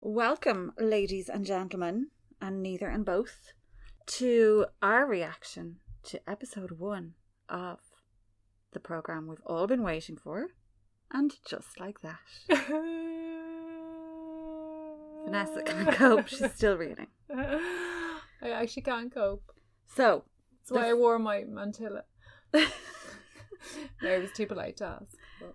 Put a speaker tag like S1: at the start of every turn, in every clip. S1: Welcome, ladies and gentlemen, and neither and both, to our reaction to episode one of the program we've all been waiting for. And just like that, Vanessa can cope. She's still reading.
S2: I actually can't cope.
S1: So,
S2: That's why I wore my mantilla. No, it was too polite to ask. but-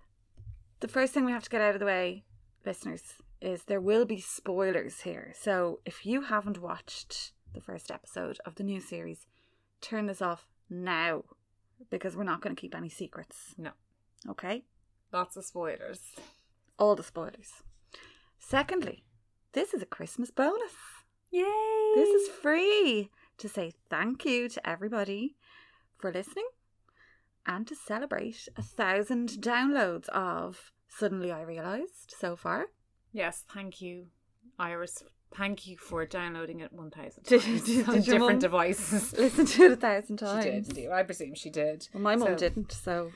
S1: the first thing we have to get out of the way, listeners, is there will be spoilers here. So if you haven't watched the first episode of the new series, turn this off now because we're not going to keep any secrets.
S2: No.
S1: Okay?
S2: Lots of spoilers.
S1: All the spoilers. Secondly, this is a Christmas bonus.
S2: Yay!
S1: This is free to say thank you to everybody for listening and to celebrate a thousand downloads of Suddenly I Realised so far.
S2: Yes, thank you, Iris. Thank you for downloading it 1,000
S1: Did-
S2: times
S1: did-
S2: on
S1: did your
S2: different
S1: mum-
S2: devices.
S1: Listen to it a thousand
S2: She
S1: times.
S2: did. indeed. I presume she did.
S1: Well, my mum
S2: So-
S1: didn't, so.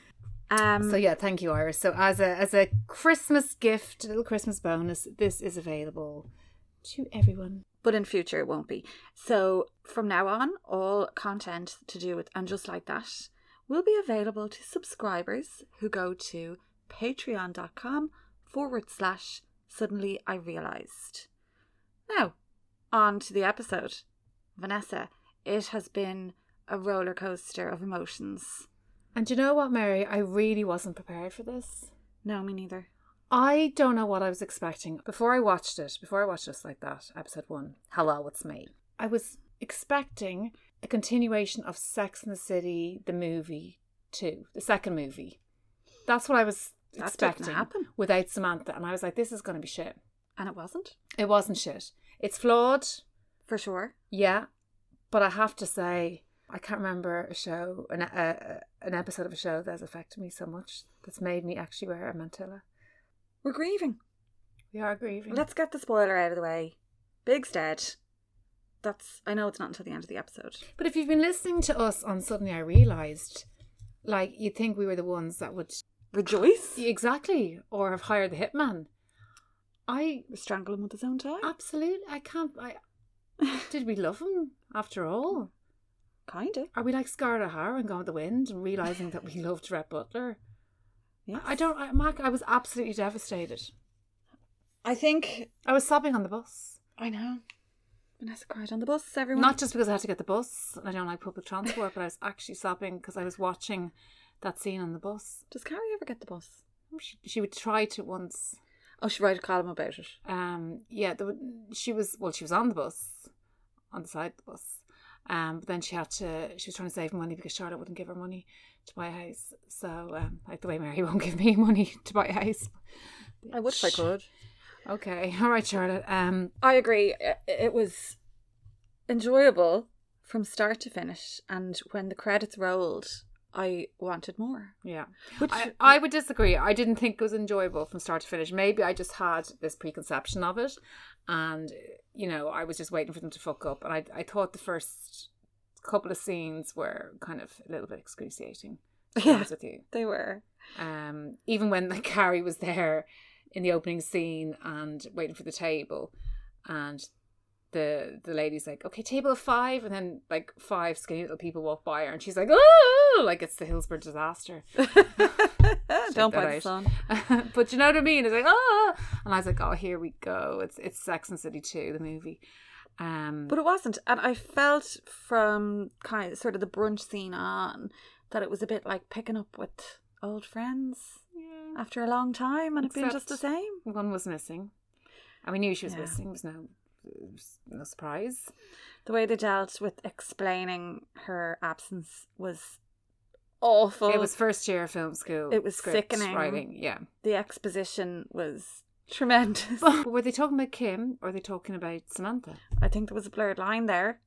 S1: Um,
S2: So yeah, thank you, Iris. So as a as a Christmas gift, a little Christmas bonus, this is available to everyone.
S1: But in future, it won't be. So from now on, all content to do with And Just Like That will be available to subscribers who go to patreon.com forward slash suddenly I realised. Now, on to the episode. Vanessa, it has been a roller coaster of emotions.
S2: And do you know what, Mary? I really wasn't prepared for this.
S1: No, me neither.
S2: I don't know what I was expecting before I watched it. Before I watched Just Like That, episode one, Hello, It's Me. I was expecting a continuation of Sex in the City, the movie two, the second movie. That's what I was
S1: That didn't
S2: expecting
S1: happen.
S2: without Samantha, and I was like, this is going to be shit.
S1: And it wasn't,
S2: It wasn't shit. It's flawed,
S1: for sure.
S2: yeah, but I have to say, I can't remember a show, an, uh, an episode of a show that has affected me so much. That's made me actually wear a mantilla.
S1: We're grieving.
S2: We are grieving.
S1: Let's get the spoiler out of the way. Big's dead. That's I know it's not until the end of the episode.
S2: But if you've been listening to us on Suddenly I Realised, like you'd think we were the ones that would
S1: Rejoice.
S2: exactly or have hired the hitman. I
S1: Strangle him with his own tie.
S2: absolutely I can't I did we love him after all?
S1: Kinda.
S2: Are we like Scarlett O'Hara and Gone with the Wind and realising that we loved Rhett Butler?
S1: Yes.
S2: I don't I, Mark, I was absolutely devastated.
S1: I think
S2: I was sobbing on the bus.
S1: I know. Vanessa cried on the bus. Everyone.
S2: Not just because I had to get the bus and I don't like public transport, but I was actually sobbing because I was watching that scene on the bus.
S1: Does Carrie ever get the bus?
S2: She, she would try to once
S1: Oh, she wrote a column about it.
S2: um yeah there, were- she was well she was on the bus on the side of the bus um but then she had to she was trying to save money because charlotte wouldn't give her money to buy a house so um like the way mary won't give me money to buy a house
S1: I would if I
S2: Bitch.
S1: could.
S2: okay all right charlotte um
S1: I agree. I- It was enjoyable from start to finish, and when the credits rolled, I wanted more.
S2: yeah
S1: Which
S2: I, I would disagree i didn't think it was enjoyable from start to finish maybe i just had this preconception of it and you know i was just waiting for them to fuck up and i, I thought the first couple of scenes were kind of a little bit excruciating to be
S1: Yeah.
S2: honest with you
S1: they were.
S2: um, even when like, Carrie was there in the opening scene and waiting for the table, and the the lady's like, "Okay, table of five. and then like five skinny little people walk by her, and she's like, "Oh, like it's the Hillsborough disaster."
S1: Don't
S2: that
S1: buy the
S2: out.
S1: sun.
S2: but you know what I mean? It's like, "Oh," and I was like, "Oh, here we go. It's it's Sex and the City two, the movie." Um,
S1: But it wasn't, and I felt from kind of, sort of the brunch scene on that it was a bit like picking up with old friends
S2: yeah.
S1: after a long time, and it being just the
S2: Except-
S1: same.
S2: one was missing, and we knew she was
S1: Yeah.
S2: missing. It was no it was no surprise.
S1: The way they dealt with explaining her absence was awful.
S2: It was first year of film school.
S1: It was
S2: script
S1: sickening.
S2: Writing, yeah.
S1: the exposition was tremendous.
S2: But were they talking about Kim or were they talking about Samantha?
S1: I think there was a blurred line there,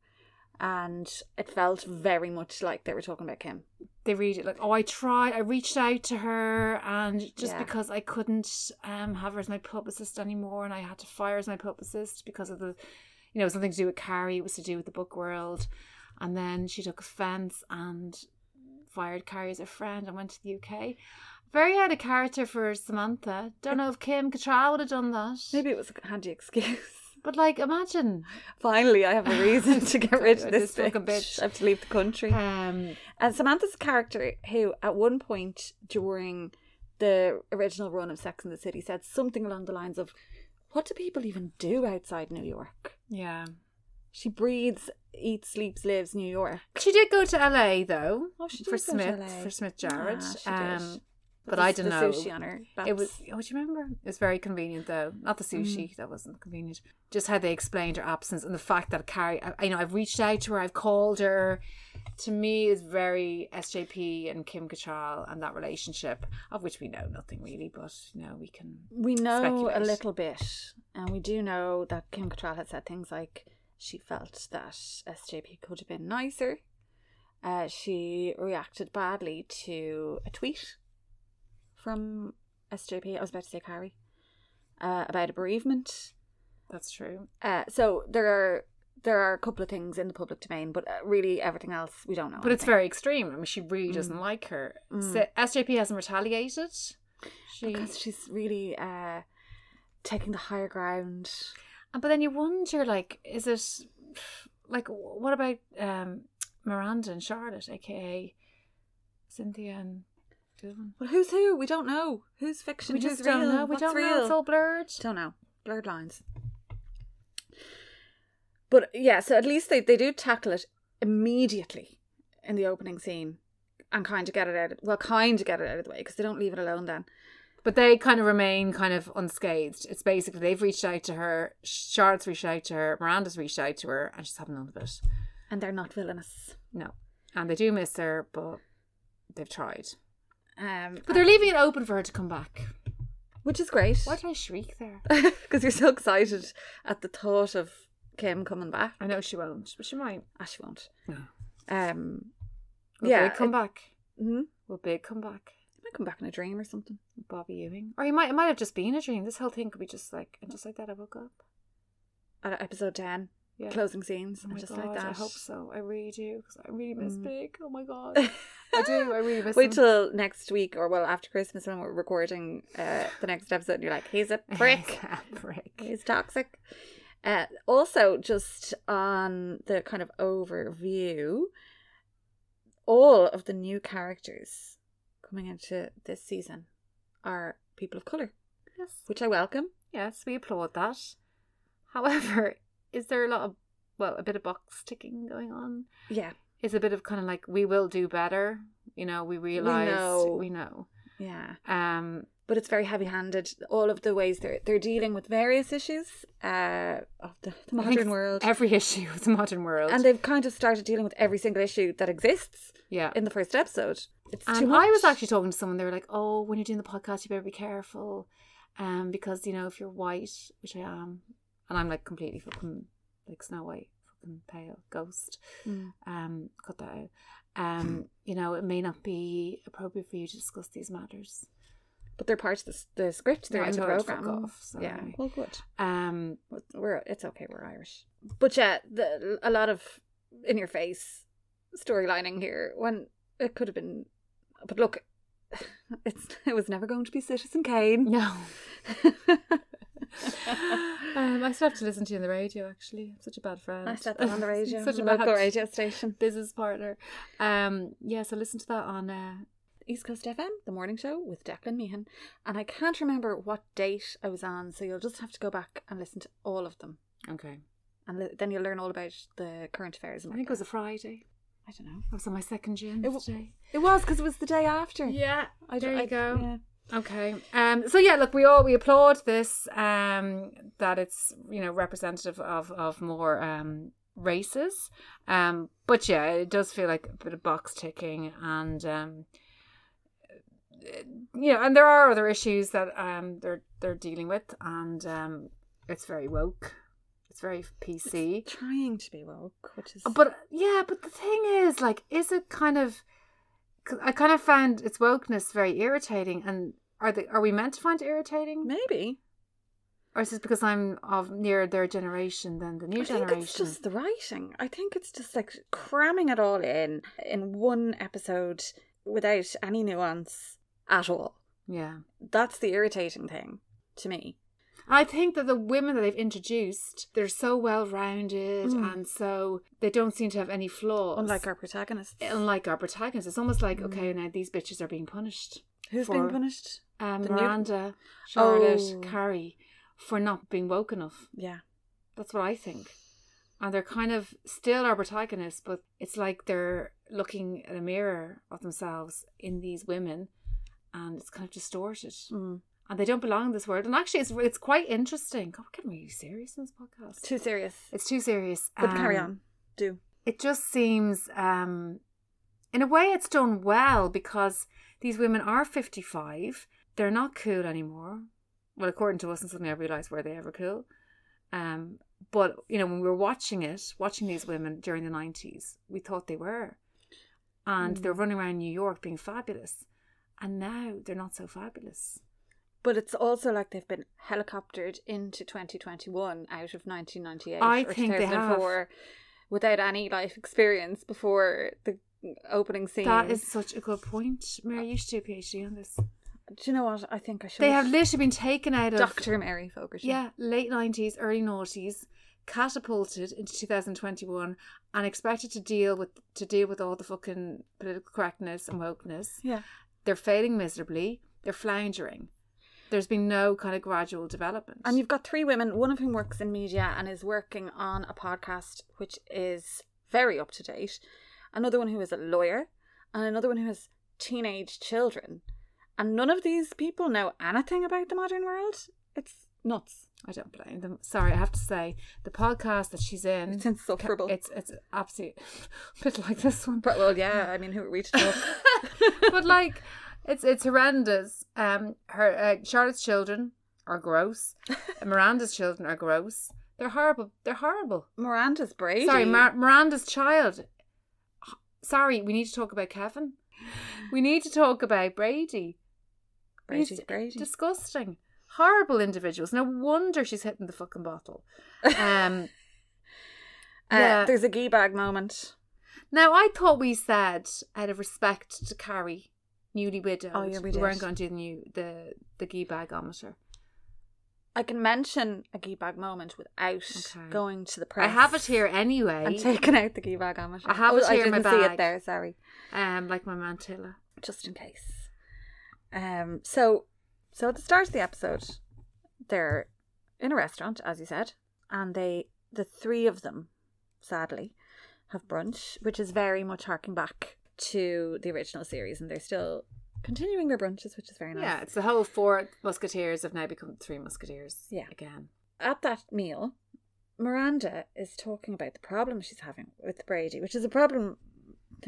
S1: and it felt very much like they were talking about Kim.
S2: They read it like, oh, I tried, I reached out to her, and just
S1: Yeah.
S2: because I couldn't um, have her as my publicist anymore, and I had to fire her as my publicist because of the, you know, something to do with Carrie, it was to do with the book world. And then she took offense and fired Carrie as a friend and went to the UK. Very out of character for Samantha. Don't know if Kim Cattrall would have done that.
S1: Maybe it was a handy excuse.
S2: But like, imagine
S1: Finally, I have a reason to get rid of this,
S2: This fucking
S1: bitch.
S2: bitch.
S1: I have to leave the country.
S2: um,
S1: And Samantha's a character who, at one point during the original run of Sex and the City, said something along the lines of, What do people even do outside New York?
S2: yeah.
S1: She breathes, eats, sleeps, lives New York.
S2: She did go to LA though.
S1: Oh, she did
S2: for
S1: go to
S2: Smith
S1: LA.
S2: for Smith Jarrett.
S1: Ah, she did.
S2: um, but I
S1: the-
S2: don't
S1: the
S2: know.
S1: Sushi on her.
S2: It
S1: baps.
S2: was. Oh, do you remember? It was very convenient though. Not the sushi. That wasn't convenient. Just how they explained her absence and the fact that Carrie. I, you know, I've reached out to her. I've called her. To me, is very SJP and Kim Cattrall and that relationship of which we know nothing really, but you know we can.
S1: We know a
S2: speculate.
S1: little bit, and we do know that Kim Cattrall had said things like she felt that SJP could have been nicer. Uh, she reacted badly to a tweet from SJP. I was about to say Carrie uh, about a bereavement.
S2: That's true.
S1: Uh, so there are there are a couple of things in the public domain, but uh, really everything else we don't know.
S2: But it's
S1: anything.
S2: very extreme. I mean, she really doesn't like her. So SJP hasn't retaliated. She,
S1: because she's really uh, taking the higher ground.
S2: And- But then you wonder, like, is it like what about um, Miranda and Charlotte, aka Cynthia and Dylan?
S1: Well, who's who? We don't know. Who's fiction?
S2: We just
S1: who's
S2: don't
S1: real?
S2: know. We
S1: What's
S2: don't know.
S1: real?
S2: It's all blurred.
S1: don't know. Blurred lines. But yeah, so at least they, they do tackle it immediately in the opening scene and kind of get it out. Of, well, kind of get it out of the way because they don't leave it alone then.
S2: But they kind of remain kind of unscathed. It's basically they've reached out to her, Charlotte's reached out to her, Miranda's reached out to her, and she's having none of it.
S1: And they're not villainous.
S2: No, and they do miss her, but they've tried.
S1: Um,
S2: But they're leaving it open for her to come back.
S1: which is great
S2: Why did I shriek there?
S1: because you're so excited at the thought of Kim coming back.
S2: I know she won't, but she might.
S1: Ah, she won't.
S2: No.
S1: Um,
S2: Will
S1: Yeah,
S2: Big come
S1: it-
S2: back?
S1: hmm?
S2: Will Big come back?
S1: She might come back in a dream or something.
S2: Bobby Ewing, or he might it might have just been a dream. This whole thing could be just like and just like that. I woke up.
S1: At e-, episode 10,
S2: Yeah.
S1: closing scenes,
S2: Oh my
S1: and just
S2: god!
S1: like that.
S2: I hope so. I really do because I really miss
S1: Mm.
S2: Big. Oh my god! I do. I really miss.
S1: Wait
S2: him.
S1: till next week or well after Christmas when we're recording uh, the next episode and you're like, he's a prick.
S2: Prick.
S1: he's toxic. Uh, also, just on the kind of overview, all of the new characters coming into this season are people of colour,
S2: Yes.
S1: which I welcome.
S2: Yes, we applaud that. However, is there a lot of well, a bit of box ticking going on?
S1: Yeah.
S2: It's a bit of kind of like we will do better. You know, we realize
S1: know.
S2: we know.
S1: Yeah.
S2: Um,
S1: but it's very heavy-handed. All of the ways they're they're dealing with various issues uh, of the, the
S2: I think
S1: modern world,
S2: Every issue of the modern world.
S1: and they've kind of started dealing with every single issue that exists
S2: yeah.
S1: in the first episode. It's too
S2: And
S1: much.
S2: I was actually talking to someone. They were like, "Oh, when you're doing the podcast, you better be careful, um, because you know if you're white, which I am, and I'm like completely fucking like Snow White, fucking pale ghost,
S1: Mm.
S2: um, cut that out,
S1: Hmm.
S2: um, you know, it may not be appropriate for you to discuss these matters.
S1: but they're part of the, s- the script. They're
S2: Yeah, I
S1: in the
S2: told her to
S1: program.
S2: fuck off, so
S1: yeah,
S2: anyway.
S1: well, good.
S2: Um,
S1: We're it's okay. We're Irish, but yeah, the, a lot of in your face storylining here. When it could have been, but look, it's it was never going to be Citizen Kane.
S2: no, um, I still have to listen to you on the radio. Actually, I'm such a bad friend.
S1: I said that on the radio,
S2: such
S1: the
S2: a bad
S1: local radio station.
S2: business partner. Um, yeah, so listen to that on. Uh,
S1: East Coast FM, the morning show with Declan Meehan. And I can't remember what date I was on, so you'll just have to go back and listen to all of them.
S2: okay,
S1: And li- then you'll learn all about the current affairs. And
S2: I think it was a Friday.
S1: I don't know.
S2: I was on my second gym
S1: It w-
S2: today.
S1: It was because it was the day after.
S2: Yeah,
S1: I
S2: there
S1: don't-
S2: you
S1: I-
S2: go.
S1: yeah.
S2: Okay. Um. So yeah, look, we all we applaud this. Um. That it's you know representative of of more um races. Um. But yeah, it does feel like a bit of box ticking, and um. uh, You know, and there are other issues that um they're they're dealing with, and um, it's very woke, it's very PC.
S1: Trying to be woke, which is.
S2: Uh, But yeah, but the thing is, like, is it kind of? 'cause I kind of found its wokeness very irritating, and are they are we meant to find it irritating,
S1: Maybe.
S2: or is this because I'm of near their generation than the new
S1: I think
S2: generation?
S1: it's just the writing. I think it's just like cramming it all in in one episode without any nuance at all.
S2: Yeah,
S1: That's the irritating thing to me.
S2: And I think that the women that they've introduced, they're so well rounded
S1: Mm.
S2: and so they don't seem to have any flaws.
S1: Unlike our Mm. protagonists.
S2: unlike our protagonists. It's almost like, okay, now these bitches are being punished.
S1: Who's
S2: for-
S1: being punished?
S2: Um,
S1: The new-
S2: Miranda, Charlotte,
S1: Oh.
S2: Carrie, for not being woke enough.
S1: Yeah.
S2: That's what I think. And they're kind of still our protagonists, but it's like they're looking at a mirror of themselves in these women and it's kind of distorted.
S1: Mm.
S2: And they don't belong in this world. And actually, it's, it's quite interesting. God, we're getting really serious in this podcast.
S1: Too serious.
S2: it's too serious.
S1: But carry
S2: Um,
S1: on. Do.
S2: it just seems um in a way it's done well because these women are 55 they're not cool anymore well according to us and suddenly i realized were they ever cool um but you know when we were watching it watching these women during the 90s we thought they were and
S1: Mm.
S2: they're running around new york being fabulous and now they're not so fabulous
S1: But it's also like they've been helicoptered into 2021 out of 1998
S2: I
S1: or
S2: think they have.
S1: 2004 without any life experience before the opening scene.
S2: that is such a good point mary you should do a phd on this
S1: Do you know what? I think I should.
S2: they have literally been taken out of
S1: Dr. Mary Fogarty.
S2: Yeah, late 90s, early noughties, catapulted into 2021 and expected to deal with to deal with all the fucking political correctness and wokeness.
S1: Yeah.
S2: They're failing miserably. They're floundering. There's been no kind of gradual development.
S1: And you've got three women, one of whom works in media and is working on a podcast which is very up to date, another one who is a lawyer, and another one who has teenage children. And none of these people know anything about the modern world. It's nuts.
S2: I don't blame them. Sorry, I have to say the podcast that she's in
S1: It's insufferable.
S2: It's it's absolutely a bit like this one.
S1: But, well, yeah, I mean, who are we to talk?
S2: but like it's it's horrendous um her uh, charlotte's children are gross miranda's children are gross they're horrible they're horrible
S1: Miranda's Brady.
S2: sorry Mar- miranda's child sorry we need to talk about kevin we need to talk about brady
S1: Brady's
S2: He's
S1: Brady.
S2: disgusting horrible individuals no wonder she's hitting the fucking bottle um
S1: Uh,
S2: yeah.
S1: There's a gee bag moment.
S2: Now, I thought we said, out of respect to Carrie, newly widowed,
S1: Oh, yeah, we did.
S2: weren't going to do the new the the gee bagometer.
S1: I can mention a gee bag moment without
S2: Okay.
S1: going to the press.
S2: I have it here anyway.
S1: I'm taking out the key bag, amateur.
S2: I have it here
S1: I
S2: in my
S1: didn't see it
S2: bag.
S1: there, sorry.
S2: um, like my mantilla.
S1: Just in case. Um so so at the start of the episode, they're in a restaurant, as you said, and they the three of them, sadly, have brunch, which is very much harking back to the original series, and they're still continuing their brunches, which is very nice.
S2: Yeah, it's the whole four musketeers have now become three musketeers.
S1: Yeah.
S2: again.
S1: at that meal, Miranda is talking about the problem she's having with Brady, which is a problem,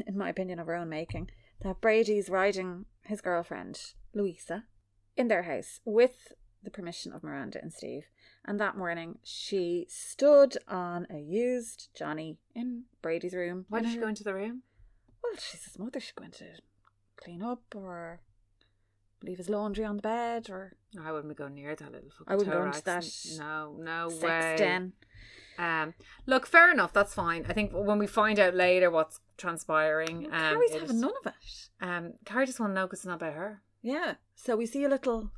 S1: in my opinion, of her own making, that Brady's riding his girlfriend, Louisa, in their house with the permission of Miranda and Steve. And that morning, she stood on a used Johnny in Brady's room.
S2: Why
S1: in
S2: did she
S1: her-
S2: go into the room?
S1: Well, she's his mother. She went to clean up or leave his laundry on the bed or
S2: No, I wouldn't go near that little fucking.
S1: I wouldn't go
S2: toe
S1: into
S2: rack.
S1: that
S2: No, no way.
S1: sex den.
S2: Um, look, fair enough. That's fine. I think when we find out later what's transpiring, um,
S1: Carrie's
S2: it
S1: having
S2: is-
S1: none of it.
S2: um, Carrie just want to know because it's not about her.
S1: Yeah. So we see a little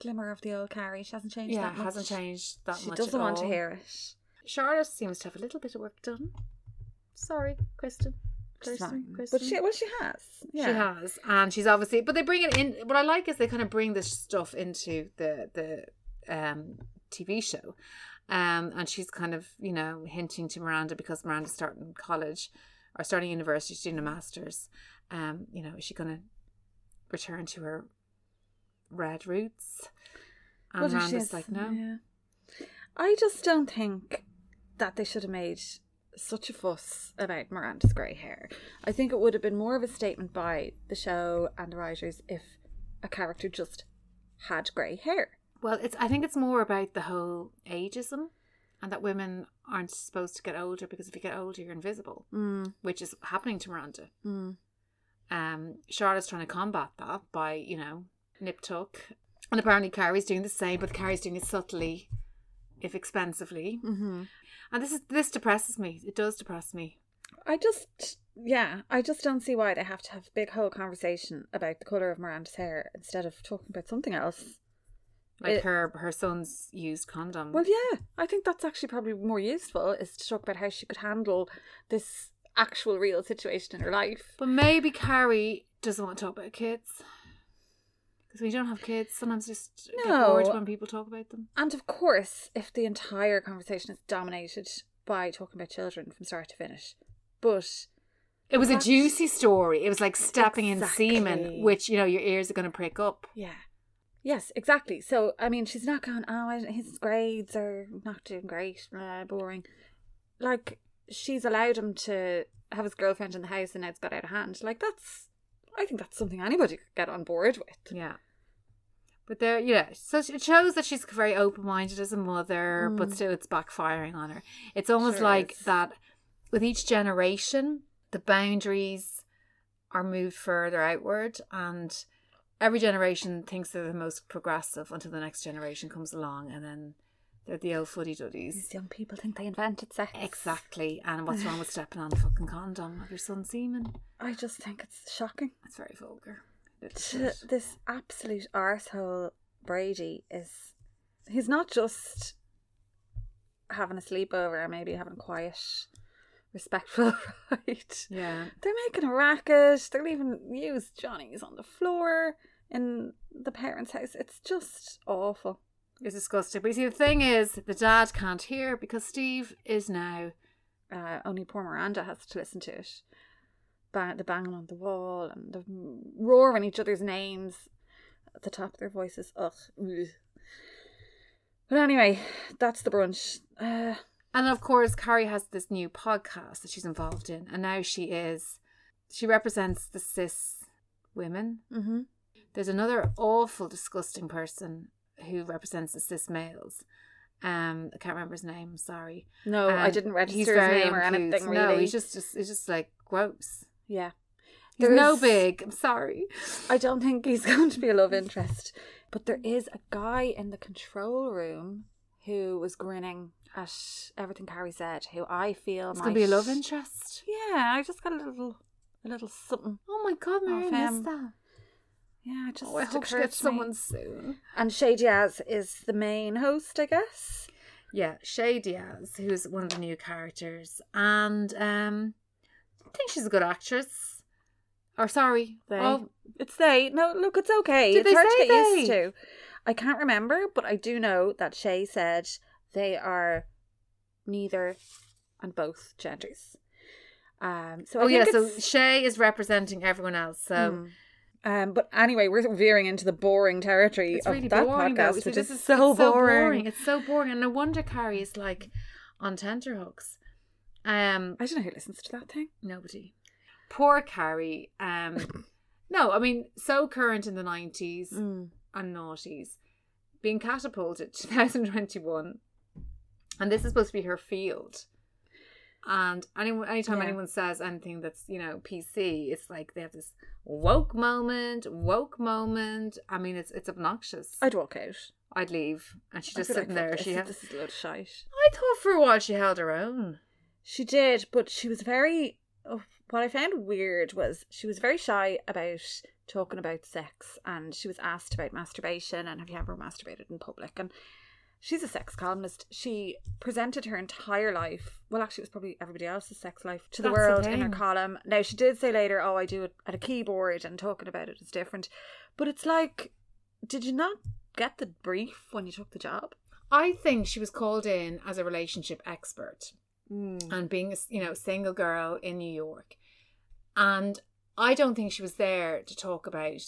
S1: glimmer of the old Carrie. She hasn't changed
S2: yeah,
S1: that much.
S2: hasn't changed that
S1: she
S2: much. at
S1: doesn't want to
S2: all.
S1: hear it.
S2: Charlotte seems to have a little bit of work done. Sorry, Kristen.
S1: She's
S2: Kristen,
S1: fine.
S2: Kristen.
S1: But she, well, she has. Yeah.
S2: She has, and she's obviously. But they bring it in. What I like is they kind of bring this stuff into the the um, TV show, um, and she's kind of you know hinting to Miranda because Miranda's starting college or starting university, she's doing a masters. Um, you know, is she going to return to her red roots? And
S1: Well, she
S2: Miranda's
S1: is,
S2: like, no.
S1: yeah. I just don't think that they should have made such a fuss about Miranda's grey hair. I think it would have been more of a statement by the show and the writers if a character just had grey hair.
S2: Well, it's. I think it's more about the whole ageism, and that women aren't supposed to get older because if you get older, you're invisible,
S1: Mm,
S2: which is happening to Miranda.
S1: mm.
S2: Um, Charlotte's trying to combat that by you know nip tuck, and apparently Carrie's doing the same, but Carrie's doing it subtly, if expensively.
S1: Mm-hmm.
S2: And this is this depresses me. It does depress me.
S1: I just, yeah, I just don't see why they have to have a big whole conversation about the colour of Miranda's hair instead of talking about something else.
S2: Like
S1: It-
S2: her her son's used condom.
S1: Well, yeah, I think that's actually probably more useful is to talk about how she could handle this actual real situation in her life.
S2: But maybe Carrie doesn't want to talk about kids. Because we don't have kids. Sometimes just get
S1: No.
S2: bored when people talk about them.
S1: And of course, if the entire conversation is dominated by talking about children from start to finish, but
S2: It was a
S1: That's-
S2: juicy story. It was like stepping in
S1: Exactly.
S2: semen, which, you know, your ears are going to prick up.
S1: yeah, yes, exactly. So I mean, she's not going. Oh, I- his grades are not doing great. Uh, boring. Like she's allowed him to have his girlfriend in the house, and now it's got out of hand. Like that's, I think that's something anybody could get on board with.
S2: Yeah. But there, yeah. So it shows that she's very open minded as a mother, but
S1: Mm.
S2: still it's backfiring on her. It's almost
S1: Sure
S2: like
S1: is.
S2: that with each generation, the boundaries are moved further outward, and every generation thinks they're the most progressive until the next generation comes along, and then they're the old fuddy duddies.
S1: These young people think they invented sex.
S2: Exactly. And what's wrong with stepping on a fucking condom of your son's semen?
S1: I just think it's shocking.
S2: That's very vulgar.
S1: T- This absolute arsehole Brady is. He's not just having a sleepover and maybe having a quiet, respectful ride.
S2: Yeah.
S1: They're making a racket. They're leaving used Johnny's on the floor in the parents' house. It's just awful.
S2: It's disgusting. But you see, the thing is, the dad can't hear because Steve is now.
S1: Uh, only poor Miranda has to listen to it. Ba- the banging on the wall and the roaring each other's names at the top of their voices. Ugh. Ugh. But anyway, that's the brunch. Uh,
S2: And of course, Carrie has this new podcast that she's involved in. And now she is. She represents the cis women.
S1: mm-hmm.
S2: There's another awful, disgusting person who represents the cis males. Um, I can't remember his name, sorry.
S1: No, Oh, I
S2: And
S1: didn't register
S2: he's
S1: his
S2: very
S1: name or
S2: uncouth.
S1: anything really.
S2: No, he's just, just, he's just like gross.
S1: yeah.
S2: He's
S1: There
S2: no
S1: is-
S2: big. I'm sorry.
S1: I don't think he's going to be a love interest. But there is a guy in the control room who was grinning at everything Carrie said, who I feel
S2: It's
S1: might
S2: going to be a love interest.
S1: Yeah, I just got a little, a little something.
S2: Oh my God, Mary, I
S1: him.
S2: missed that.
S1: Yeah, it just
S2: Oh, I hope she
S1: occurred
S2: gets
S1: to me.
S2: someone soon.
S1: And Shay Diaz is the main host, I guess.
S2: Yeah, Shay Diaz, who's one of the new characters, and um, I think she's a good actress. Or sorry,
S1: They.
S2: oh,
S1: It's they. No, look, it's okay.
S2: Did
S1: it's
S2: they
S1: hard
S2: say
S1: to get used
S2: they?
S1: to. I can't remember, but I do know that Shay said they are neither and both genders. Um. So I
S2: oh yeah.
S1: think
S2: So
S1: it's-
S2: Shay is representing everyone else. So
S1: Mm. Um, but anyway, we're veering into the boring territory
S2: it's
S1: of
S2: really
S1: that
S2: boring. though.
S1: podcast,
S2: You see,
S1: which
S2: this
S1: is, so,
S2: it's
S1: boring.
S2: It's so boring, and no wonder Carrie is like on tenterhooks. Um,
S1: I don't know who listens to that thing.
S2: nobody. Poor Carrie. Um, no, I mean so current in the nineties. and noughties being catapulted to 2021 and this is supposed to be her field and anyone anytime
S1: Yeah.
S2: anyone says anything that's you know pc it's like they have this woke moment woke moment i mean it's it's obnoxious I,
S1: I'd walk out.
S2: would leave and she's
S1: I'd
S2: just
S1: be like,
S2: sitting
S1: "Fuck
S2: there
S1: this,
S2: she has
S1: this is a load of shite.
S2: i thought for a while she held her own
S1: She did, but she was very. oh, What I found weird was she was very shy about talking about sex, and she was asked about masturbation and have you ever masturbated in public? And she's a sex columnist. She presented her entire life. Well, actually, it was probably everybody else's sex life to the
S2: That's the
S1: world in her
S2: thing.
S1: column. Now she did say later, "Oh, I do it at a keyboard, and talking about it is different." But it's like, did you not get the brief when you took the job?
S2: i think she was called in as a relationship expert and being a s- you know single girl in New York, and I don't think she was there to talk about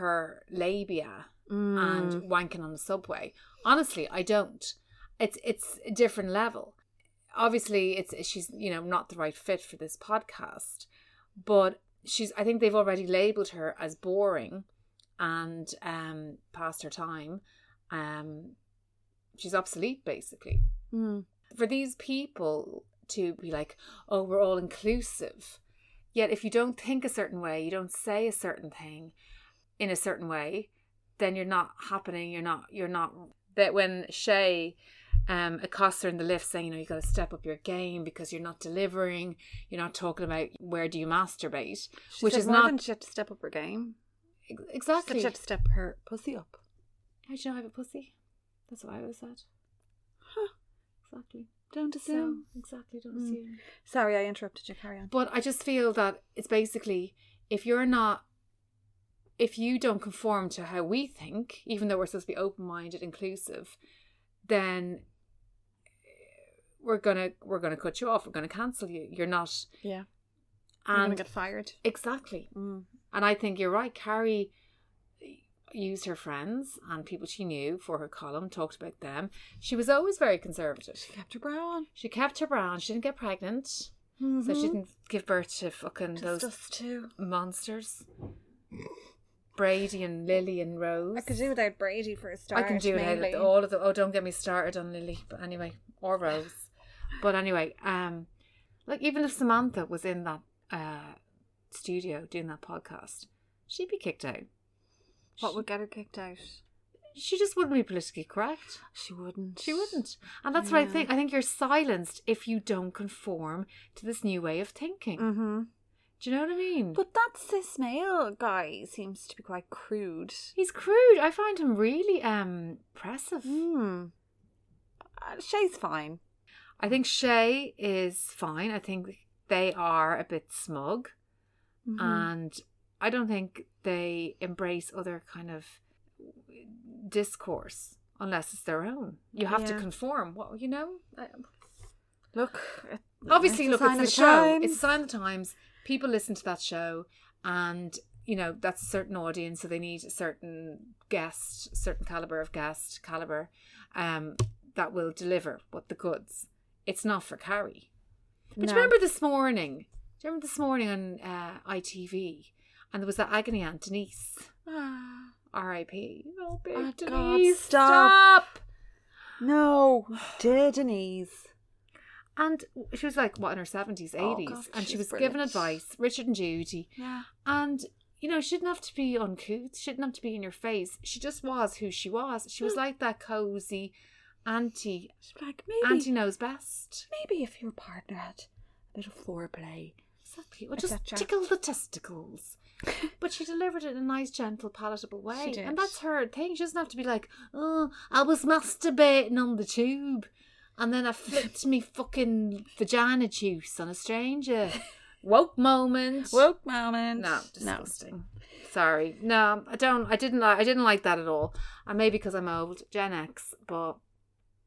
S2: her labia
S1: Hmm.
S2: and wanking on the subway. Honestly, I don't. It's it's a different level. Obviously, it's she's you know not the right fit for this podcast, but she's. I think they've already labelled her as boring, and um, past her time. Um, she's obsolete basically
S1: Mm.
S2: for these people to be like, oh, we're all inclusive. Yet if you don't think a certain way, you don't say a certain thing in a certain way, then you're not happening, you're not you're not that when Shay um accosts her in the lift saying, you know, you gotta step up your game because you're not delivering, you're not talking about where do you masturbate.
S1: She
S2: Which
S1: said
S2: is
S1: more
S2: not-
S1: than she had to step up her game.
S2: Ex-
S1: She said
S2: Exactly.
S1: she had to step her pussy up.
S2: How do you know I have a pussy? That's why I was sad.
S1: Huh.
S2: Exactly.
S1: Don't assume.
S2: So, exactly. Don't
S1: Mm.
S2: assume.
S1: Sorry, I interrupted you. Carry on.
S2: But I just feel that it's basically if you're not, if you don't conform to how we think, even though we're supposed to be open minded, inclusive, then we're gonna we're gonna cut you off. We're gonna cancel you. You're not.
S1: Yeah. I'm going to
S2: And
S1: get fired.
S2: exactly.
S1: Mm.
S2: And I think you're right. Carrie used her friends and people she knew for her column. Talked about them. She was always very conservative.
S1: She kept her brow on.
S2: She kept her brown. She didn't get pregnant, so she didn't give birth to fucking
S1: Mm-hmm. Just
S2: those
S1: us two.
S2: monsters. Brady and Lily and Rose.
S1: I could do without Brady for a start.
S2: I can do
S1: mainly.
S2: it. All of the oh, don't get me started on Lily. But anyway, or Rose. but anyway, um, like even if Samantha was in that uh studio doing that podcast, she'd be kicked out.
S1: What would get her kicked out?
S2: She just wouldn't be politically correct.
S1: She wouldn't.
S2: She wouldn't, and that's what I
S1: Yeah.
S2: think. I think you're silenced if you don't conform to this new way of thinking.
S1: Mm-hmm.
S2: Mm. Do you know what I mean?
S1: But that cis male guy seems to be quite crude.
S2: He's crude. I find him really um impressive.
S1: Hmm. Uh, Shay's fine.
S2: I think Shay is fine. I think they are a bit smug,
S1: Mm-hmm.
S2: and I don't think they embrace other kind of discourse unless it's their own. You have to
S1: Yeah.
S2: conform. Well, you know, I-
S1: look. it-
S2: obviously,
S1: a
S2: look,
S1: sign
S2: it's a
S1: of the
S2: show.
S1: times.
S2: It's a sign of the times. People listen to that show, and you know that's a certain audience, so they need a certain guest, certain caliber of guest, caliber um, that will deliver what the goods. It's not for Carrie. But do
S1: No.
S2: you remember this morning? Do you remember this morning on uh, ITV? And there was that agony aunt Denise,
S1: Ah,
S2: R.I.P. Oh, big
S1: Oh, God,
S2: Denise,
S1: stop.
S2: stop!
S1: no, dear Denise.
S2: And she was like, what in her seventies,
S1: Oh,
S2: eighties,
S1: God,
S2: and she
S1: she's
S2: was given
S1: brilliant.
S2: advice, Richard and Judy,
S1: Yeah.
S2: and you know she didn't have to be uncouth, she didn't have to be in your face. She just was who she was. She was
S1: Hmm.
S2: like that cozy auntie.
S1: She's like maybe,
S2: Auntie knows best.
S1: maybe if your partner had a bit of foreplay.
S2: Exactly. Or just
S1: Etc.
S2: tickle the testicles. but she delivered it in a nice, gentle, palatable way.
S1: did.
S2: And that's her thing. She doesn't have to be like, oh, I was masturbating on the tube. And then I flipped me fucking vagina juice on a stranger. Woke moment.
S1: Woke moment.
S2: No, disgusting. Sorry. No, I don't. I didn't like. I didn't like that at all. And maybe because I'm old, Gen X. But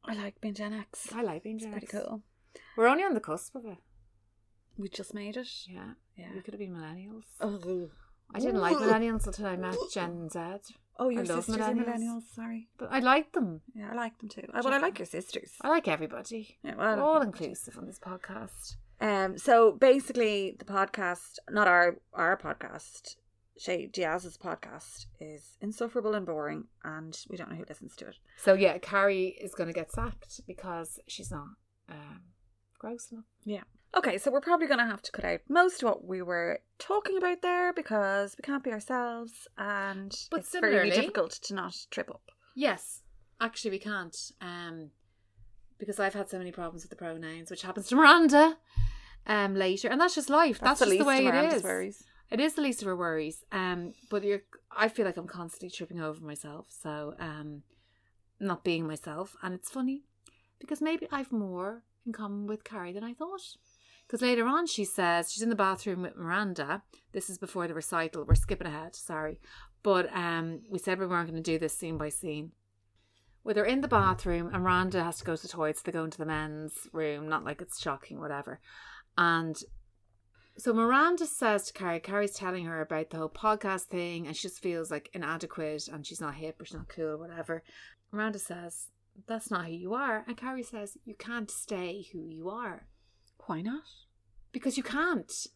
S1: I like being Gen X.
S2: I like being
S1: It's
S2: Gen
S1: pretty
S2: X.
S1: cool.
S2: We're only on the cusp of it.
S1: We just made it.
S2: Yeah.
S1: Yeah.
S2: We could have been millennials.
S1: Oh,
S2: I didn't like
S1: Ooh.
S2: millennials until I met Gen Z,
S1: oh, your
S2: I love
S1: sisters are
S2: millennials.
S1: millennials. Sorry.
S2: but I like them.
S1: Yeah, I like them too. I, well, I like your sisters.
S2: I like everybody.
S1: Yeah, well, I
S2: We're
S1: like
S2: all
S1: them.
S2: inclusive on this podcast.
S1: Um, so basically, the podcast, not our our podcast, Shay Diaz's podcast, is insufferable and boring, and we don't know who listens to it.
S2: So yeah, Carrie is going to get sacked because she's not um, gross enough.
S1: Yeah. Okay, so we're probably going to have to cut out most of what we were talking about there because we can't be ourselves, and
S2: But
S1: it's very
S2: similarly-
S1: difficult to not trip up.
S2: Yes, actually we can't um, because I've had so many problems with the pronouns, which happens to Miranda um, later, and that's just life. That's, just the way it is.
S1: Worries.
S2: It is the least of her worries. Um, but you're, I feel like I'm constantly tripping over myself. So, um, not being myself, and it's funny because maybe I've more in common with Carrie than I thought. Because later on, she says she's in the bathroom with Miranda. This is before the recital. We're skipping ahead. Sorry, but um, we said we weren't going to do this scene by scene. Well, they're in the bathroom, and Miranda has to go to the toilet, so they go into the men's room. Not like it's shocking, whatever. And so Miranda says to Carrie, Carrie's telling her about the whole podcast thing, and she just feels like inadequate and she's not hip or she's not cool or whatever. Miranda says, That's not who you are. And Carrie says, You can't stay who you are
S1: Why not?
S2: because you can't.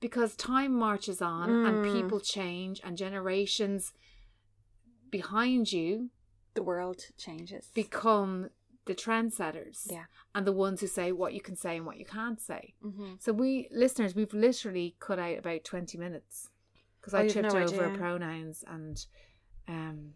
S2: Because time marches on and
S1: Mm.
S2: people change and generations behind you
S1: The world changes.
S2: become the trendsetters
S1: yeah.
S2: and the ones who say what you can say and what you can't say.
S1: Mm-hmm.
S2: So we listeners, we've literally cut out about twenty minutes because
S1: Oh,
S2: I
S1: you've
S2: tripped
S1: no
S2: over
S1: idea.
S2: pronouns and um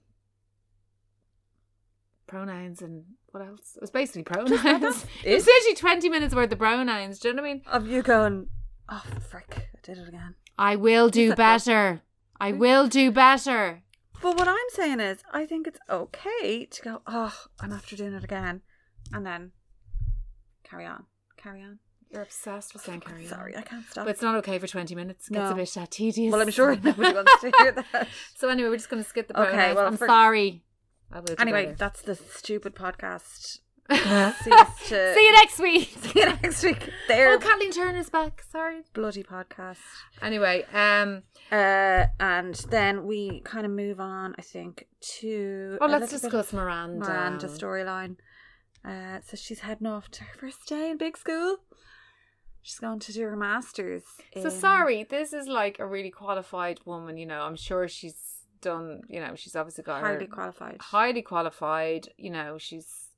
S2: pronouns and what else? It was basically pronouns. it was literally twenty minutes worth of pronouns. Do you know what I mean?
S1: Of you going, oh, frick, I did it again.
S2: I will do
S1: Is that
S2: better. I will do better.
S1: But what I'm saying is, I think it's okay to go, oh, I'm after doing it again, and then carry on, carry on.
S2: You're obsessed with saying carry on.
S1: Sorry, I can't stop.
S2: But it's not okay for 20 minutes. It gets a
S1: No.
S2: bit uh, tedious.
S1: well, I'm sure nobody wants to hear that.
S2: So anyway, we're just going to skip the
S1: Okay,
S2: brown okay,
S1: well,
S2: I'm
S1: for-
S2: sorry. I will do
S1: Anyway,
S2: better.
S1: that's the stupid podcast. cease to-
S2: See you next week.
S1: See you next week. There,
S2: Oh, Kathleen Turner's back. Sorry.
S1: bloody podcast.
S2: Anyway, um,
S1: Uh, and then we kind of move on, I think, to
S2: well,
S1: a
S2: Oh, let's
S1: little bit
S2: discuss
S1: of
S2: Miranda.
S1: Miranda storyline. Uh, so she's heading off to her first day in big school. She's going to do her masters.
S2: So
S1: in-
S2: sorry, this is like a really qualified woman. You know, I'm sure she's done. You know, she's obviously got
S1: highly
S2: her
S1: qualified.
S2: highly qualified. You know, she's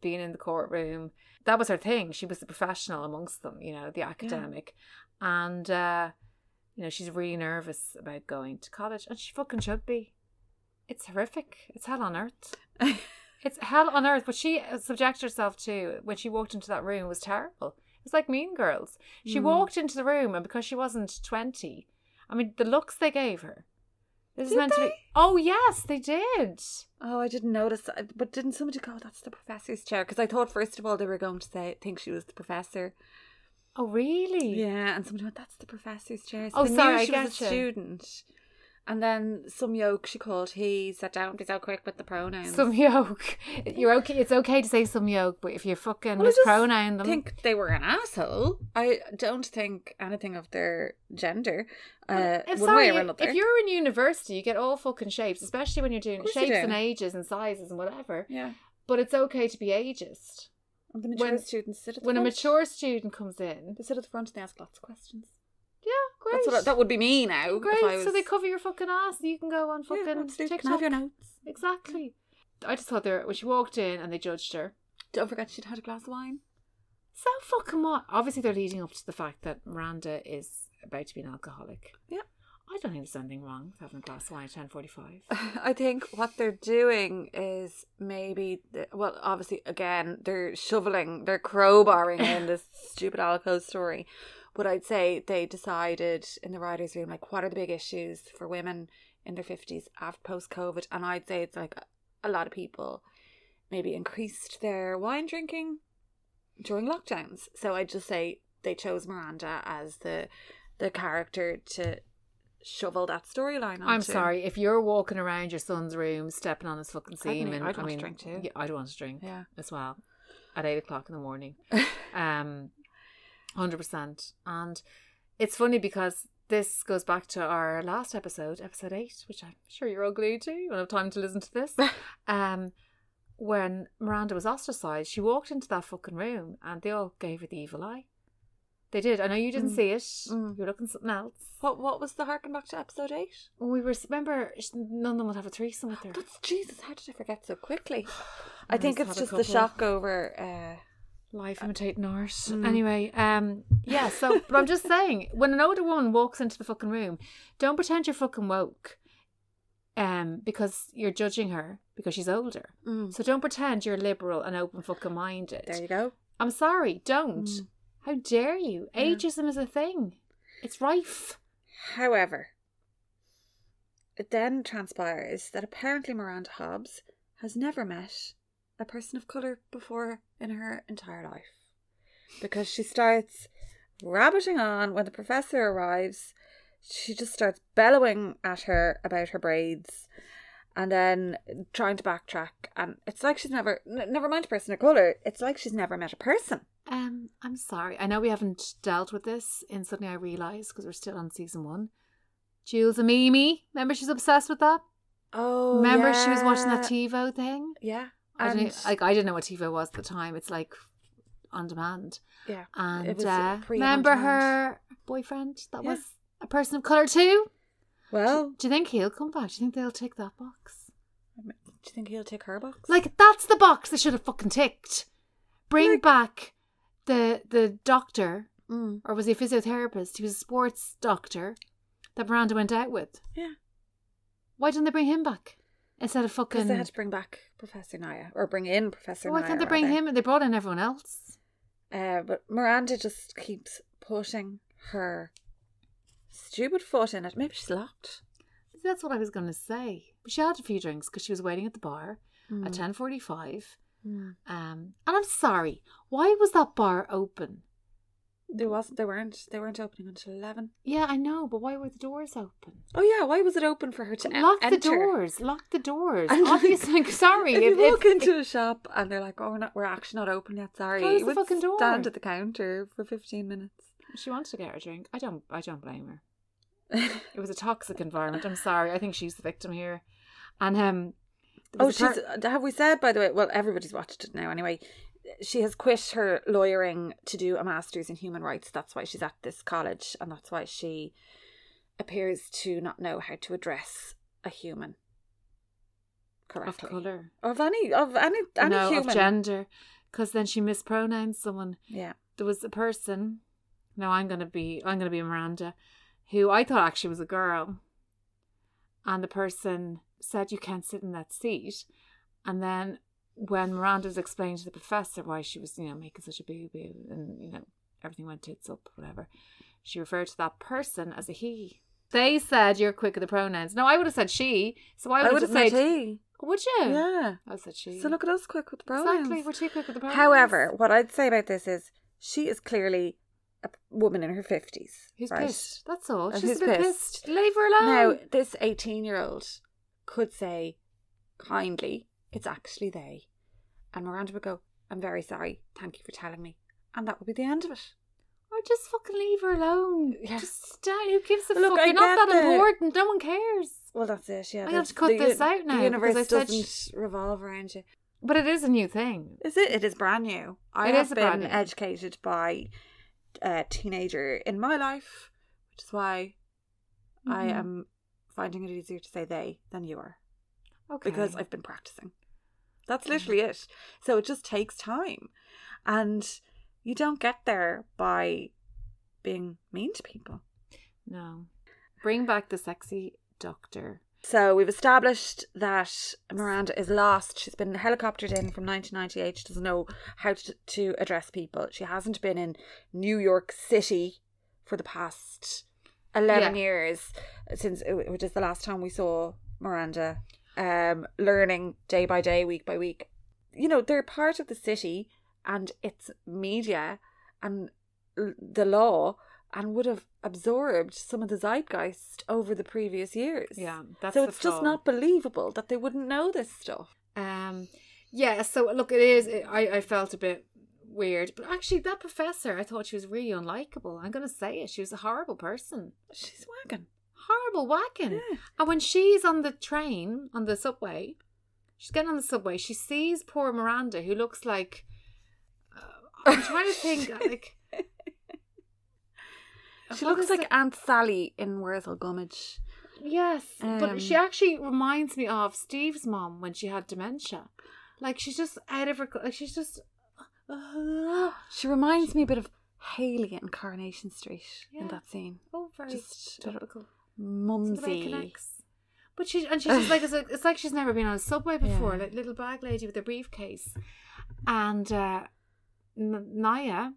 S2: been in the courtroom. That was her thing. She was the professional amongst them. You know, the academic, and uh, you know she's really nervous about going to college, and she fucking should be. It's horrific. It's hell on earth. It's hell on earth. What she subjected herself to when she walked into that room was terrible. It was like Mean Girls. She
S1: Mm.
S2: walked into the room, and because she wasn't twenty, I mean, the looks they gave her. This is
S1: Did
S2: meant to be.
S1: they?
S2: Oh yes, they did.
S1: oh, I didn't notice. that. But didn't somebody go? "Oh, That's the professor's chair. Because I thought first of all they were going to say think she was the professor.
S2: Oh really?
S1: Yeah, and somebody went, "That's the professor's chair." So
S2: Oh,
S1: they knew
S2: sorry, I
S1: she was a
S2: getcha.
S1: student. And then some yoke she called. He sat down. Be so quick with the pronouns.
S2: Some yolk. You're okay. It's okay to say some yolk, but if you're fucking
S1: Well, I just
S2: mispronoun them,
S1: think they were an asshole. I don't think anything of their gender, uh,
S2: eh, If-
S1: one way or another.
S2: If you're in university, you get all fucking shapes, especially when you're doing
S1: course you
S2: shapes
S1: do.
S2: and ages and sizes and whatever.
S1: yeah,
S2: But it's okay to be ageist.
S1: and the mature
S2: When-
S1: students sit at the
S2: When a
S1: front.
S2: mature student comes in,
S1: they sit at the front and they ask lots of questions.
S2: yeah, great.
S1: That's what I, that would be me now.
S2: great.
S1: If I was,
S2: So they cover your fucking ass. and You can go on
S1: Yeah,
S2: fucking
S1: absolutely.
S2: TikTok.
S1: Can I have your notes?
S2: Exactly. I just thought they were, when she walked in and they judged her.
S1: Don't forget she'd had a glass of wine.
S2: So fucking what? Obviously, they're leading up to the fact that Miranda is about to be an alcoholic.
S1: Yeah.
S2: I don't think there's anything wrong with having a glass of wine at ten forty-five.
S1: I think what they're doing is maybe, the- well, obviously, again, they're shoveling, they're crowbarring in this stupid Alco story. But I'd say they decided in the writer's room, like, what are the big issues for women in their 50s after post COVID? And I'd say it's like a lot of people maybe increased their wine drinking during lockdowns. So I'd just say they chose Miranda as the the character to shovel that storyline
S2: I'm
S1: onto.
S2: sorry if you're walking around your son's room, stepping on his fucking
S1: I'd
S2: seam,
S1: make-
S2: and
S1: I'd want
S2: I
S1: to
S2: mean,
S1: drink too.
S2: Yeah, I'd want to drink
S1: Yeah.
S2: as well at eight o'clock in the morning. Um, hundred percent. And it's funny because this goes back to our last episode, episode eight, which I'm sure you're all glued to. You don't have time to listen to this. um, when Miranda was ostracized, she walked into that fucking room, and they all gave her the evil eye. They did. I know you didn't
S1: Mm.
S2: see it.
S1: Mm.
S2: You were looking at something else.
S1: What what was the harken back to episode eight?
S2: When we were remember sh- none of them would have a threesome with her.
S1: That's Jesus, how did I forget so quickly? I
S2: I've
S1: think
S2: had
S1: it's
S2: a
S1: just the
S2: couple.
S1: shock over uh,
S2: Life imitating art.
S1: Mm.
S2: Anyway, um, yeah. So, but I'm just saying, when an older woman walks into the fucking room, don't pretend you're fucking woke, um, because you're judging her because she's older.
S1: uh
S2: So don't pretend you're liberal and open fucking minded.
S1: there you go.
S2: I'm sorry, don't.
S1: Mm.
S2: How dare you?
S1: Yeah.
S2: Ageism is a thing. It's rife.
S1: However, it then transpires that apparently Miranda Hobbs has never met a person of colour before in her entire life. Because she starts rabbiting on when the professor arrives. She just starts bellowing at her about her braids and then trying to backtrack. And it's like she's never, n- never mind a person of colour, it's like she's never met a person.
S2: Um, I'm sorry. I know we haven't dealt with this, and suddenly I realise because we're still on season one. Jules and Mimi, remember she's obsessed with that.
S1: Oh,
S2: remember she was watching that TiVo thing.
S1: Yeah.
S2: I
S1: And-
S2: didn't, like I didn't know what TiVo was at the time. It's like on demand.
S1: yeah.
S2: And
S1: was,
S2: uh,
S1: uh, pre-
S2: remember
S1: on-demand.
S2: her boyfriend that
S1: Yeah. Oh.
S2: was a person of color too.
S1: Well,
S2: Do you think he'll come back? Do you think they'll tick that box?
S1: Do you think he'll take her box?
S2: Like that's the box they should have fucking ticked. Bring
S1: Like-
S2: back the the doctor
S1: mm.
S2: or was he a physiotherapist? He was a sports doctor that Miranda went out with.
S1: yeah,
S2: Why didn't they bring him back instead of
S1: because
S2: fucking?
S1: they had to bring back Professor Naya or bring in Professor.
S2: Why
S1: Naya,
S2: can't Oh, they bring
S1: rather.
S2: him? They brought in everyone else.
S1: Uh, but Miranda just keeps putting her stupid foot in it. Maybe she's locked.
S2: This See, that's what I was going to say. But she had a few drinks because she was waiting at the bar at ten forty-five.
S1: Mm.
S2: Um, and I'm sorry. Why was that bar open?
S1: There wasn't. They weren't. They weren't opening until eleven.
S2: Yeah, I know, but why were the doors open?
S1: Oh yeah. Why was it open for her to en-
S2: lock
S1: e, enter?
S2: the doors. Lock the doors.
S1: And, like,
S2: Obviously, like, sorry.
S1: If, you walk into a shop and they're like, "Oh, we're not. We're actually not open yet. Sorry."
S2: Close
S1: you
S2: the
S1: would
S2: fucking door.
S1: Stand at the counter for fifteen minutes.
S2: if she wants to get her drink, I don't. I don't blame her. It was a toxic environment. I'm sorry. I think she's the victim here. And um, there
S1: Oh,
S2: was
S1: she's.
S2: a per-
S1: have we said, by the way? Well, everybody's watched it now anyway. She has quit her lawyering to do a master's in human rights. That's why she's at this college, and that's why she appears to not know how to address a human
S2: of
S1: correctly.
S2: color.
S1: Of any, of any, any
S2: no,
S1: human.
S2: of gender, because then she mispronounced someone.
S1: yeah.
S2: There was a person. Now I'm gonna be. I'm gonna be Miranda, who I thought actually was a girl. And the person said, "You can't sit in that seat." And then when Miranda was explaining to the professor why she was, you know, making such a boo boo, and you know everything went tits up, whatever, she referred to that person as a he. They said you're quick with the pronouns. No, I would have said she. So I
S1: I would
S2: would
S1: have said
S2: have said,
S1: he.
S2: would you?
S1: Yeah.
S2: I said she.
S1: So look at us quick with the pronouns.
S2: Exactly, we're too quick with the pronouns.
S1: However, what I'd say about this is she is clearly a p- woman in her 50s.
S2: who's
S1: right?
S2: pissed? That's all.
S1: And
S2: She's
S1: who's
S2: a bit
S1: pissed?
S2: pissed. Leave her alone.
S1: Now, this 18 year old could say kindly, it's actually they. And Miranda would go, I'm very sorry. Thank you for telling me. And that would be the end of it.
S2: Or just fucking leave her alone.
S1: Yeah.
S2: Just stay. Who gives a
S1: Look,
S2: fuck?
S1: I
S2: You're not
S1: get
S2: that
S1: the-
S2: important. No one cares.
S1: Well, that's it. Yeah.
S2: I have
S1: that's-
S2: to cut
S1: the
S2: this
S1: uni-
S2: out now,
S1: The universe
S2: because I said
S1: doesn't
S2: sh-
S1: revolve around you.
S2: But it is a new thing.
S1: Is it? It is brand new. I
S2: It
S1: have
S2: is
S1: been
S2: brand new.
S1: educated by a teenager in my life, which is why I
S2: Mhm.
S1: am finding it easier to say they than you are
S2: Okay.
S1: because I've been practicing. That's literally it. So it just takes time. And you don't get there by being mean to people.
S2: no. Bring back the sexy doctor.
S1: So we've established that Miranda is lost. She's been helicoptered in from 1998. She doesn't know how to, to address people. She hasn't been in New York City for the past 11
S2: Yeah.
S1: years since uh, which is the last time we saw Miranda um learning day by day, week by week. You know, they're part of the city and its media and l- the law and would have absorbed some of the zeitgeist over the previous years.
S2: Yeah, that's
S1: so
S2: the
S1: it's just
S2: flaw.
S1: not believable that they wouldn't know this stuff.
S2: Um, yeah, so look, it is. It, I, I felt a bit weird. But actually, that professor, I thought she was really unlikable. I'm going to say it. She was a horrible person.
S1: She's wagging.
S2: horrible whacking.
S1: Yeah.
S2: And when she's on the train, on the subway, she's getting on the subway, she sees poor Miranda, who looks like. Uh, I'm trying to think, like.
S1: She
S2: what
S1: looks
S2: is
S1: like
S2: it?
S1: Aunt Sally in Wurzel Gummidge.
S2: Yes,
S1: um,
S2: but she actually reminds me of Steve's mom when she had dementia. Like, she's just out of her. co- Like, she's just.
S1: She reminds me a bit of Haley in Coronation Street in
S2: Yeah.
S1: that scene.
S2: oh, very
S1: Just-
S2: typical. It's the way it
S1: Mumsy.
S2: connects. But she and she's just like it's like, it's like she's never been on a subway before, like little bag lady with a briefcase, and uh, N- Naya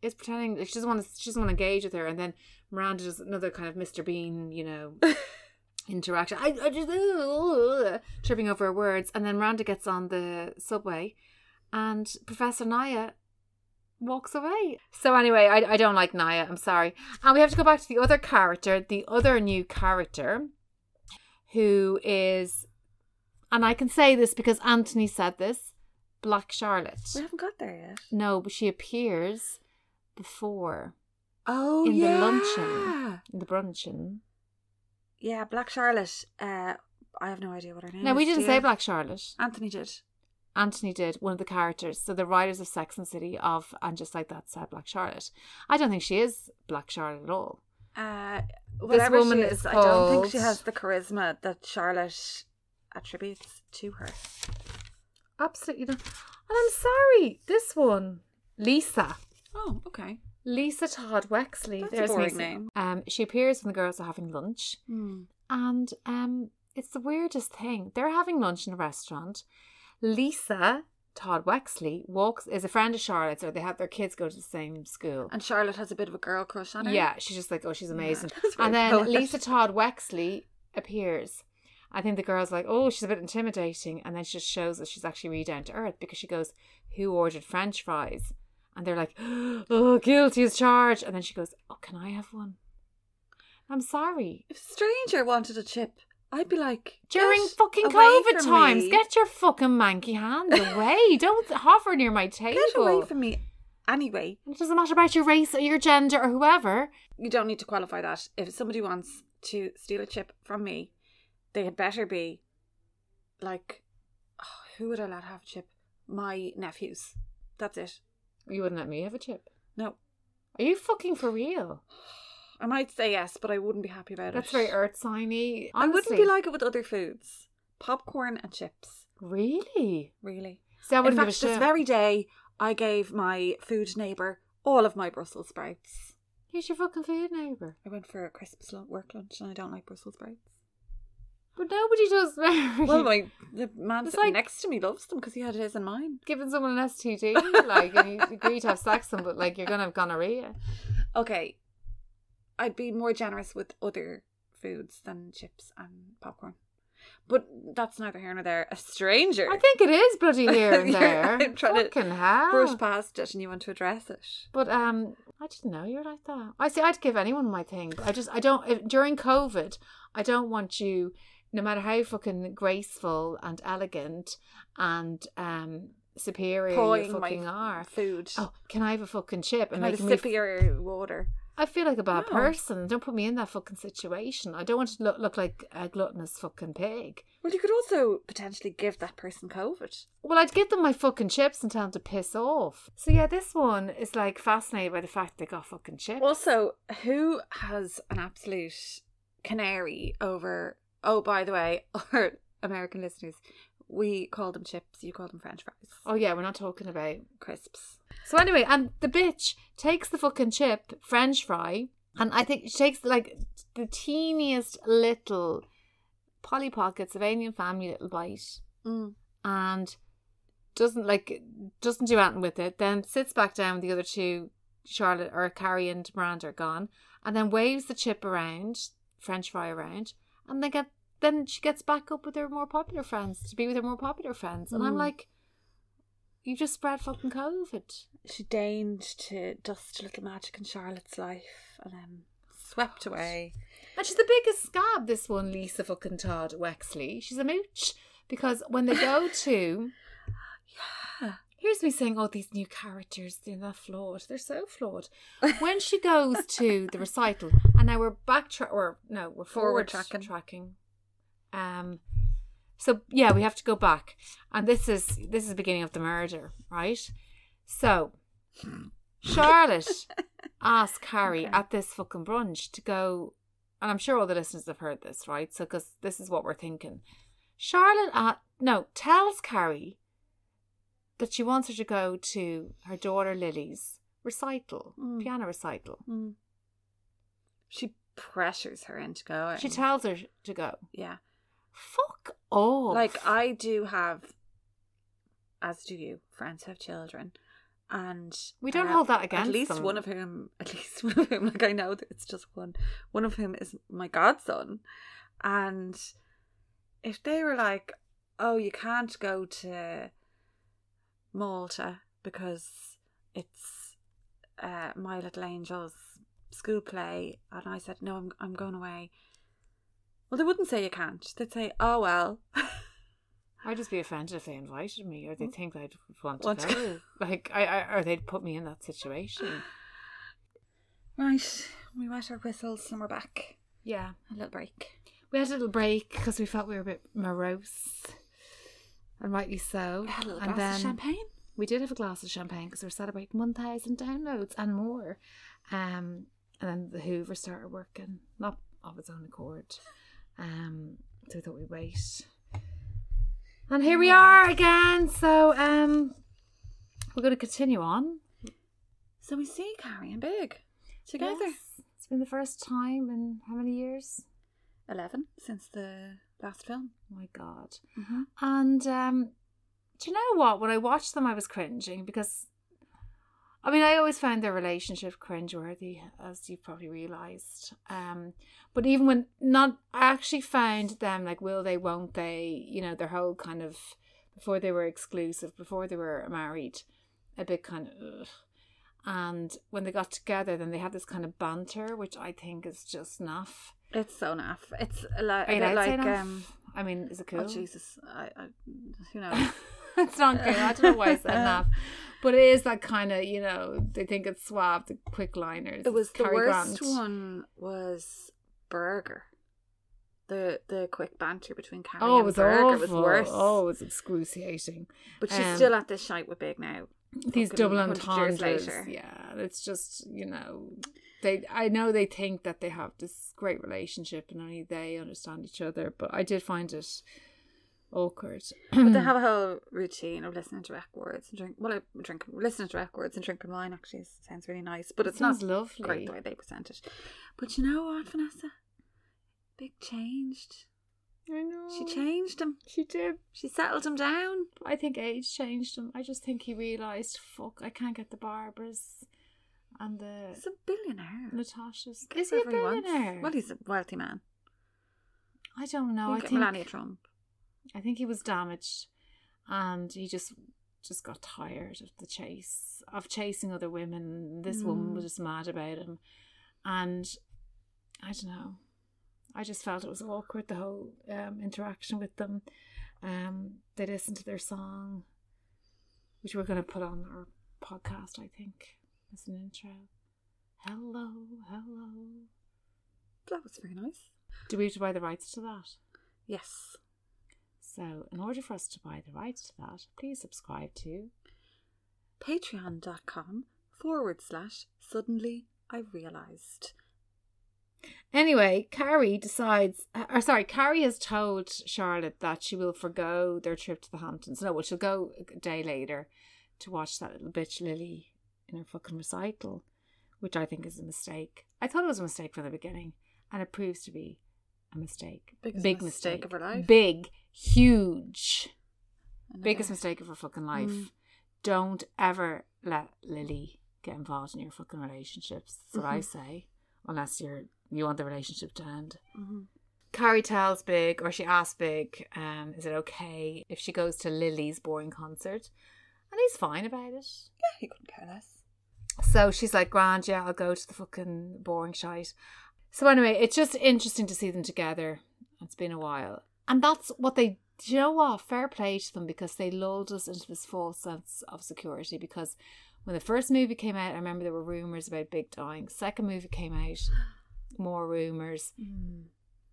S2: is pretending like she doesn't want to she doesn't want to engage with her, and then Miranda does another kind of Mr Bean, you know, interaction. I, I just tripping over her words, and then Miranda gets on the subway, and Professor Naya walks away. So anyway, I, I don't like Naya. I'm sorry. And we have to go back to the other character, the other new character, who is, and I can say this because Anthony said this, Black
S1: We
S2: Charlotte.
S1: haven't got there yet.
S2: No, but she appears before
S1: Oh,
S2: in
S1: yeah.
S2: the luncheon, in the bruncheon.
S1: Yeah, Black Charlotte. Uh, I have no idea what her name
S2: No,
S1: is.
S2: we
S1: do
S2: didn't
S1: you?
S2: say Black Charlotte.
S1: Anthony did.
S2: Anthony did one of the characters, so the writers of Sex and City of and just like that said Black Charlotte. I don't think she is Black Charlotte at all.
S1: Uh, whatever
S2: woman
S1: she
S2: is
S1: is, I don't think she
S2: called-
S1: has the charisma that Charlotte attributes to her.
S2: Absolutely not. And I'm sorry, this one, Lisa.
S1: Oh, okay.
S2: Lisa Todd Wexley.
S1: That's a
S2: There's
S1: boring
S2: Macy.
S1: name.
S2: Um, she appears when the girls are having lunch,
S1: Hmm.
S2: and um, it's the weirdest thing. They're having lunch in a restaurant. Lisa Todd Wexley walks is a friend of Charlotte's, or they have their kids go to the same school.
S1: And Charlotte has a bit of a girl crush on her.
S2: Yeah, she's just like, oh, she's amazing.
S1: That's very
S2: and then
S1: poetic.
S2: Lisa Todd Wexley appears, I think the girl's like, oh, she's a bit intimidating. And then she just shows that she's actually really down to earth because she goes, who ordered french fries? And they're like, oh, guilty as charged. And then she goes, oh, can I have one? I'm sorry.
S1: If a stranger wanted a chip, I'd be like,
S2: During
S1: "Get
S2: fucking
S1: away
S2: COVID
S1: from
S2: times,
S1: me.
S2: get your fucking manky hands away. Don't hover near my table.
S1: Get away from me. Anyway,
S2: It doesn't matter about your race or your gender or whoever.
S1: you don't need to qualify that. If somebody wants to steal a chip from me, they had better be like, oh, who would I let have a chip? My nephews. That's it.
S2: You wouldn't let me have a chip.
S1: No,
S2: Are you fucking for real?
S1: I might say yes, but I wouldn't be happy about
S2: That's
S1: it.
S2: very earth signy.
S1: I wouldn't be like it with other foods. Popcorn and chips,
S2: really.
S1: really.
S2: See, I
S1: In
S2: wouldn't
S1: fact,
S2: give a
S1: this
S2: shit.
S1: very day, I gave my food neighbour all of my Brussels sprouts.
S2: Here's your fucking food neighbour.
S1: I went for a crisps lun- work lunch, and I don't like Brussels sprouts.
S2: But nobody does. Mary.
S1: Well, my the man
S2: It's
S1: sitting
S2: like-
S1: next to me loves them because he had his and mine.
S2: giving someone an STD, like and you agree to have sex, with them, but like you're gonna have gonorrhea.
S1: Okay, I'd be more generous with other foods than chips and popcorn, but that's neither here nor there. A stranger
S2: I think ah. it is bloody here and
S1: You're-
S2: there.
S1: I'm trying to
S2: fucking hell.
S1: brushed past it, and you want to address it.
S2: But um, I didn't know you were like that. I see. I'd give anyone my thing. I just I don't if, during COVID. I don't want you, no matter how fucking graceful and elegant and um superior
S1: Pawing
S2: you fucking
S1: my
S2: are.
S1: food.
S2: Oh, can I have a fucking chip and
S1: Can I have
S2: make
S1: a
S2: me?
S1: sip
S2: f-
S1: of your Oh. water?
S2: I feel like a bad
S1: No.
S2: person. Don't put me in that fucking situation. I don't want to look look like a gluttonous fucking pig.
S1: Well, you could also potentially give that person COVID.
S2: Well, I'd give them my fucking chips and tell them to piss off. So yeah, this one is like fascinated by the fact they got fucking chips.
S1: Also, who has an absolute canary over? Oh, by the way, our American listeners, we call them chips. You call them French fries,
S2: oh yeah, we're not talking about
S1: crisps.
S2: So anyway, and the bitch takes the fucking chip, French fry, and I think she takes like the teeniest little Polly Pockets of Alien Family little bite
S1: Mm.
S2: and doesn't like doesn't do anything with it. Then sits back down. The other two, Charlotte or Carrie and Miranda, are gone, and then waves the chip around, French fry around, and they get. Then she gets back up with her more popular friends to be with her more popular friends, and I'm
S1: Mm.
S2: like, you just spread fucking COVID.
S1: She deigned to dust a little magic in Charlotte's life, and then swept away.
S2: And she's the biggest scab, this one, Lisa fucking Todd Wexley. She's a mooch. Because when they go to.
S1: Yeah.
S2: Here's me saying, oh, these new characters, they're not flawed. They're so flawed. When she goes to the recital, and now we're backtrack, or no, we're forward,
S1: Forward tracking.
S2: tracking. Um, so yeah, we have to go back, and this is this is the beginning of the murder, right? So Charlotte asked Carrie
S1: Okay.
S2: at this fucking brunch to go, and I'm sure all the listeners have heard this, right? So, because this is what we're thinking. Charlotte, uh, no, tells Carrie that she wants her to go to her daughter Lily's recital,
S1: Mm.
S2: piano recital.
S1: Mm. She pressures her into going.
S2: She tells her to go.
S1: yeah.
S2: Fuck off.
S1: Like I do have, as do you, friends who have children, and
S2: We don't hold that against
S1: At least
S2: them.
S1: one of whom, at least one of whom, like I know that it's just one. One of whom is my godson, and if they were like, "Oh, you can't go to Malta because it's uh, My Little Angel's school play," and I said, "No, I'm I'm going away." Well, they wouldn't say you can't. They'd say, "Oh well."
S2: I'd just be offended if they invited me or they think I'd Hmm. want to
S1: Want to
S2: go. like, I, I, or they'd put me in that situation.
S1: Right, we wet our whistles and we're back.
S2: Yeah.
S1: A little break.
S2: We had a little break because we felt we were a bit morose, and rightly so.
S1: We had a little
S2: Oh, and
S1: glass of champagne.
S2: we did have a glass of champagne because we're celebrating 1,000 downloads and more. Um, and then the Hoover started working, not of its own accord. Um, so we thought we'd wait. And here we are again. So um, we're going to continue on.
S1: So we see Carrie and Big together.
S2: Yes. It's been the first time in how many years?
S1: 11 since the last film.
S2: Oh my God.
S1: Mm-hmm.
S2: And um, do you know what? When I watched them, I was cringing because I mean, I always found their relationship cringeworthy, as you probably realised. Um, but even when not, I actually found them like, will they, won't they? You know, their whole kind of before they were exclusive, before they were married, a bit kind of. Ugh. And when they got together, then they had this kind of banter, which I think is just naff.
S1: It's so naff. It's like,
S2: I mean,
S1: a bit
S2: I'd say
S1: like
S2: naff.
S1: um,
S2: I mean, is it cool?
S1: oh Jesus, I, I who knows?
S2: it's not good. I don't know why I said that. But it is that kind of, you know, they think it's swab, the quick liners.
S1: It was
S2: it's
S1: the
S2: Cary
S1: worst
S2: Grant.
S1: one was Burger. The the quick banter between Carrie
S2: Oh, it
S1: and
S2: was
S1: Burger
S2: awful.
S1: was worse.
S2: Oh, it was excruciating.
S1: but she's
S2: um,
S1: still at this shite with Big now.
S2: These
S1: Fucking
S2: double
S1: 100 years
S2: entendres.
S1: later.
S2: Yeah, it's just, you know, they. I know they think that they have this great relationship and only they understand each other, but I did find it awkward.
S1: But they have a whole routine of listening to records and drink. Well, uh, drinking, listening to records and drinking wine actually s- sounds really nice. But it's not
S2: sounds lovely.
S1: great the way they present it. But you know what, Vanessa? Big changed.
S2: I know.
S1: She changed him.
S2: She did.
S1: She settled him down.
S2: I think age changed him. I just think he realised, fuck, I can't get the Barbers and the
S1: He's a billionaire.
S2: Natasha's.
S1: Gets
S2: Is he a
S1: whatever wants.
S2: billionaire?
S1: Well, he's a wealthy man.
S2: I don't know.
S1: Look
S2: I
S1: at
S2: think
S1: Melania Trump.
S2: I think he was damaged, and he just just got tired of the chase of chasing other women. This woman
S1: Mm.
S2: was just mad about him, and I don't know. I just felt it was awkward the whole um, interaction with them. Um, they listened to their song, which we're going to put on our podcast. I think as an intro. Hello, hello.
S1: That was very nice.
S2: Do we have to buy the rights to that?
S1: Yes.
S2: So, in order for us to buy the rights to that, please subscribe to
S1: Patreon.com forward slash suddenly I realised.
S2: Anyway, Carrie decides, uh, or sorry, Carrie has told Charlotte that she will forgo their trip to the Hamptons. No, well, she'll go a day later to watch that little bitch Lily in her fucking recital, which I think is a mistake. I thought it was a mistake from the beginning, and it proves to be a mistake.
S1: Biggest
S2: Big
S1: mistake of her life.
S2: Big, huge,
S1: And
S2: biggest
S1: again,
S2: mistake of her fucking life.
S1: Mm.
S2: Don't ever let Lily get involved in your fucking relationships. That's what I say. Unless you're you want the relationship to end.
S1: mhm.
S2: Carrie tells Big, or she asks Big, um, is it okay if she goes to Lily's boring concert? And he's fine about it.
S1: Yeah, he couldn't care less.
S2: So she's like, Grand, yeah, I'll go to the fucking boring shite. So anyway, it's just interesting to see them together. It's been a while. And that's what they do you know what? Fair play to them because they lulled us into this false sense of security because when the first movie came out, I remember there were rumours about Big dying. Second movie came out, more rumours Hmm.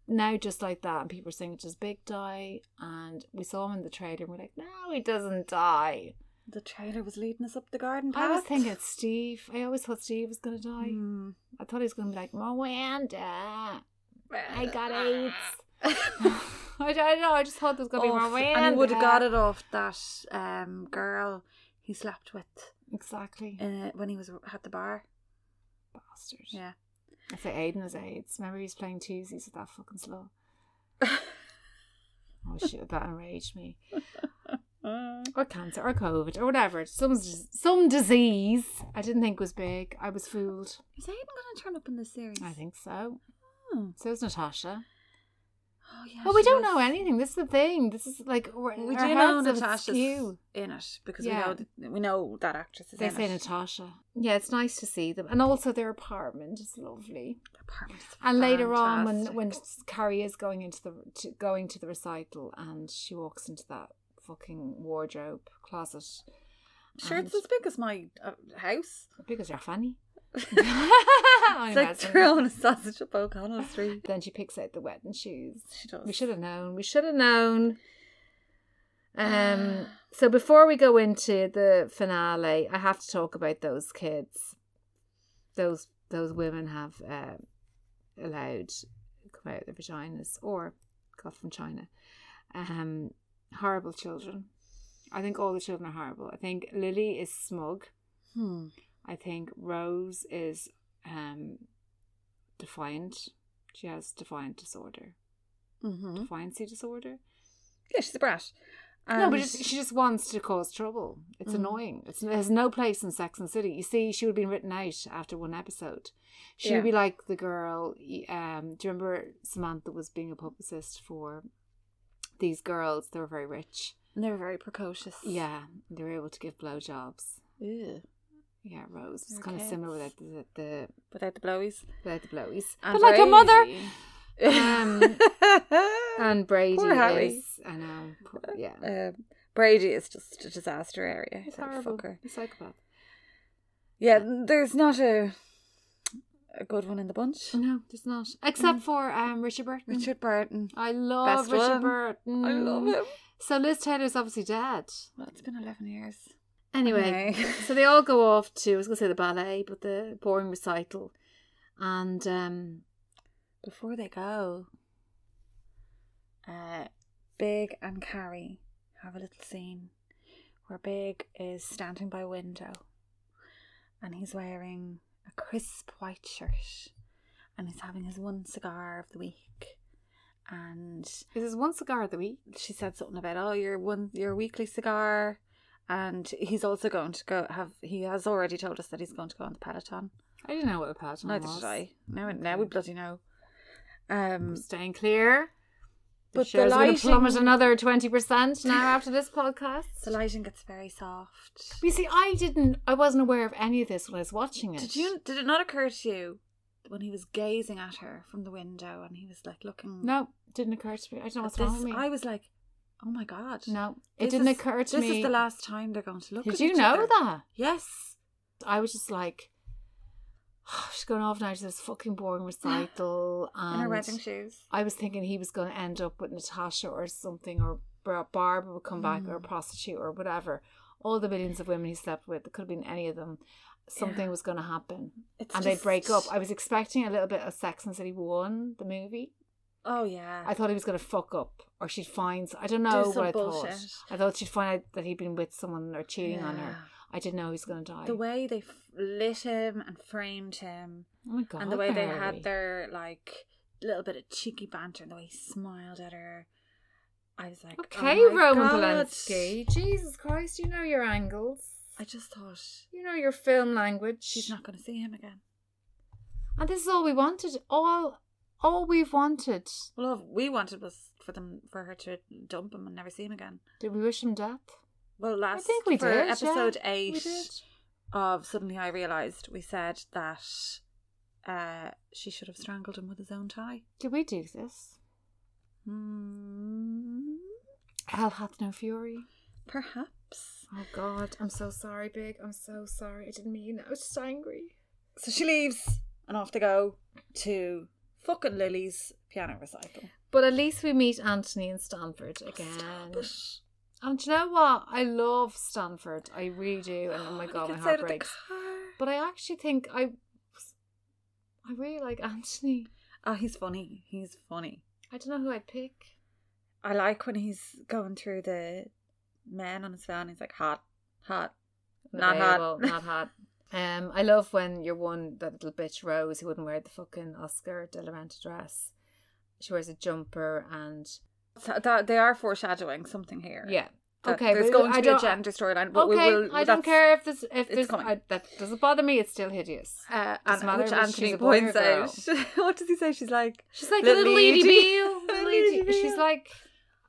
S2: now just like that and people are saying it's his big die and we saw him in the trailer and we're like no he doesn't die
S1: The trailer was leading us up the garden path.
S2: i was thinking it's steve i always thought steve was going to die
S1: Mm.
S2: i thought he was going to be like miranda i got aids I, I don't know i just thought there was going to be
S1: Off,
S2: miranda
S1: Oh, and he would have got it off that um, girl he slept with
S2: exactly
S1: uh, when he was at the bar.
S2: bastard
S1: Yeah.
S2: i say aiden is aids remember he was playing twosies with that fucking slow oh shit that enraged me or cancer or COVID or whatever. Some some disease I didn't think was big. I was fooled.
S1: Is Aiden going to turn up in this series?
S2: I think so.
S1: Oh,
S2: So is Natasha.
S1: Oh, yeah.
S2: Well, we
S1: she
S2: don't
S1: was.
S2: know anything. This is the thing. This is like we're,
S1: We
S2: our
S1: do know
S2: heads are
S1: Natasha's
S2: askew.
S1: in it because
S2: Yeah.
S1: we know th- we know that actress is
S2: They
S1: in
S2: say
S1: it.
S2: Natasha. Yeah, it's nice to see them, and also their apartment is lovely.
S1: The apartment is
S2: And later on, when
S1: fantastic.
S2: when Carrie is going into the to, going to the recital, and she walks into that fucking wardrobe closet,
S1: sure it's as big as my uh, house,
S2: big as your fanny.
S1: it's
S2: it's
S1: like throwing a sausage up O'Connell Street.
S2: Then she picks out the wedding shoes.
S1: She does.
S2: We should have known. We should have known. Um. So before we go into the finale, I have to talk about those kids. Those those women have uh, allowed come out of their vaginas or got from China. Um, horrible children. I think all the children are horrible. I think Lily is smug.
S1: Hmm.
S2: I think Rose is um, defiant. She has defiant disorder,
S1: Mm-hmm.
S2: defiancy disorder.
S1: Yeah, she's a brat.
S2: no, but
S1: And-
S2: it's, she just wants to cause trouble. It's
S1: Mm.
S2: annoying. It's, it has no place in Sex and the City. You see, she would have been written out after one episode. She
S1: Yeah.
S2: would be like the girl. y- Um, do you remember Samantha was being a publicist for these girls? They were very rich.
S1: and they're very precocious.
S2: Yeah, they were able to give blowjobs.
S1: Ew.
S2: Yeah, Rose was
S1: They're
S2: kind of similar
S1: kids.
S2: without the, the
S1: Without the blowies.
S2: without the blowies,
S1: And
S2: but like her mother.
S1: Brady.
S2: Um, And Brady
S1: Poor Harry.
S2: is, I know, poor, yeah,
S1: Um, Brady is just a disaster area.
S2: it's
S1: That
S2: horrible.
S1: fucker.
S2: He's a psychopath.
S1: Yeah, there's not a a good one in the bunch.
S2: No, there's not. Except for um, Richard Burton.
S1: Mm. Richard Burton.
S2: I love
S1: Best
S2: Richard
S1: one.
S2: Burton.
S1: I love him.
S2: So Liz Taylor's obviously dead.
S1: Well, Mm. it's been 11 years.
S2: Anyway,
S1: Anyway.
S2: so they all go off to, I was going to say the ballet, but the boring recital. And um,
S1: Before they go, uh, Big and Carrie have a little scene where Big is standing by a window and he's wearing a crisp white shirt and he's having his one cigar of the week. And
S2: this is one cigar of the week.
S1: she said something about oh your one your weekly cigar and he's also going to go have he has already told us that he's going to go on the peloton
S2: I didn't know what a pattern
S1: neither
S2: was.
S1: did i now, now we bloody know um
S2: Staying clear.
S1: But the
S2: shares are gonna
S1: lighting-
S2: plummet another 20% now after this podcast.
S1: the lighting gets very soft
S2: But you see, I didn't, I wasn't aware of any of this when I was watching it.
S1: did you did it not occur to you when he was gazing at her from the window and he was like looking
S2: No, didn't occur to me. I don't know
S1: at
S2: what's
S1: this
S2: wrong with me.
S1: i was like oh my god
S2: No, it
S1: This
S2: didn't
S1: is-
S2: occur to
S1: this
S2: me.
S1: is the last time they're going to look
S2: Did
S1: at
S2: you
S1: each
S2: know
S1: other.
S2: that?
S1: yes
S2: I was just like, she's going off now to this fucking boring recital.
S1: in her
S2: And
S1: wedding shoes
S2: I was thinking he was going to end up with Natasha or something, or Bar- Barbara would come back, or a
S1: Mm.
S2: prostitute, or whatever. All the millions of women he slept with, it could have been any of them. Something
S1: Yeah.
S2: was going to happen,
S1: it's
S2: and
S1: just-
S2: they'd break up. I was expecting a little bit of Sex and the City One, the movie.
S1: oh yeah
S2: I thought he was going to fuck up, or she'd find. I don't know
S1: some
S2: what I thought.
S1: bullshit.
S2: I thought she'd find out that he'd been with someone or cheating on her. I didn't know he was going to die.
S1: The way they f- lit him and framed him,
S2: oh my god!
S1: and the way they
S2: Mary.
S1: had their like little bit of cheeky banter, and the way he smiled at her, I was like,
S2: Okay,
S1: oh my
S2: Roman
S1: God."
S2: Polanski. Jesus Christ, you know your angles.
S1: I just thought
S2: You know your film language.
S1: she's not going to see him again.
S2: And this is all we wanted. All, all we've wanted.
S1: Well, all we wanted was for them for her to dump him and never see him again.
S2: Did we wish him death?
S1: Well, last
S2: I think we
S1: for
S2: did. yeah.
S1: episode
S2: We
S1: eight
S2: did.
S1: of suddenly I realized we said that uh, she should have strangled him with his own tie.
S2: Did we do this?
S1: Hmm,
S2: Hell hath no fury.
S1: perhaps.
S2: Oh God, I'm so sorry, Big. I'm so sorry. I didn't mean. it. I was just angry.
S1: So she leaves and off they go to fucking Lily's piano recital.
S2: But at least we meet Anthony and Stanford again. And do you know what? I love Stanford. I really do. And oh my god, my heart breaks. But I actually think I, I really like Anthony.
S1: Oh, he's funny. He's funny.
S2: I don't know who I'd pick.
S1: I like when he's going through the men on his phone. He's like, hot, hot, not
S2: Available,
S1: hot.
S2: Not hot. Um, I love when you're one that little bitch Rose who wouldn't wear the fucking Oscar de la Renta dress. She wears a jumper and
S1: So that, they are foreshadowing something here.
S2: yeah.
S1: That
S2: okay,
S1: Uh, There's
S2: but
S1: going to
S2: I
S1: be a
S2: don't-
S1: gender storyline. But
S2: Okay,
S1: we will,
S2: I don't
S1: that's-
S2: care if this if
S1: it's
S2: this
S1: coming.
S2: I, that doesn't bother me. It's still hideous.
S1: Uh,
S2: Doesn't
S1: and,
S2: matter
S1: which
S2: if
S1: Anthony
S2: she's a boy or
S1: points
S2: girl.
S1: out. what does he say? She's like,
S2: She's like
S1: Little
S2: little, lady
S1: Edie.
S2: Beale.
S1: Little
S2: Little
S1: Edie
S2: Edie. She's
S1: Beale.
S2: like,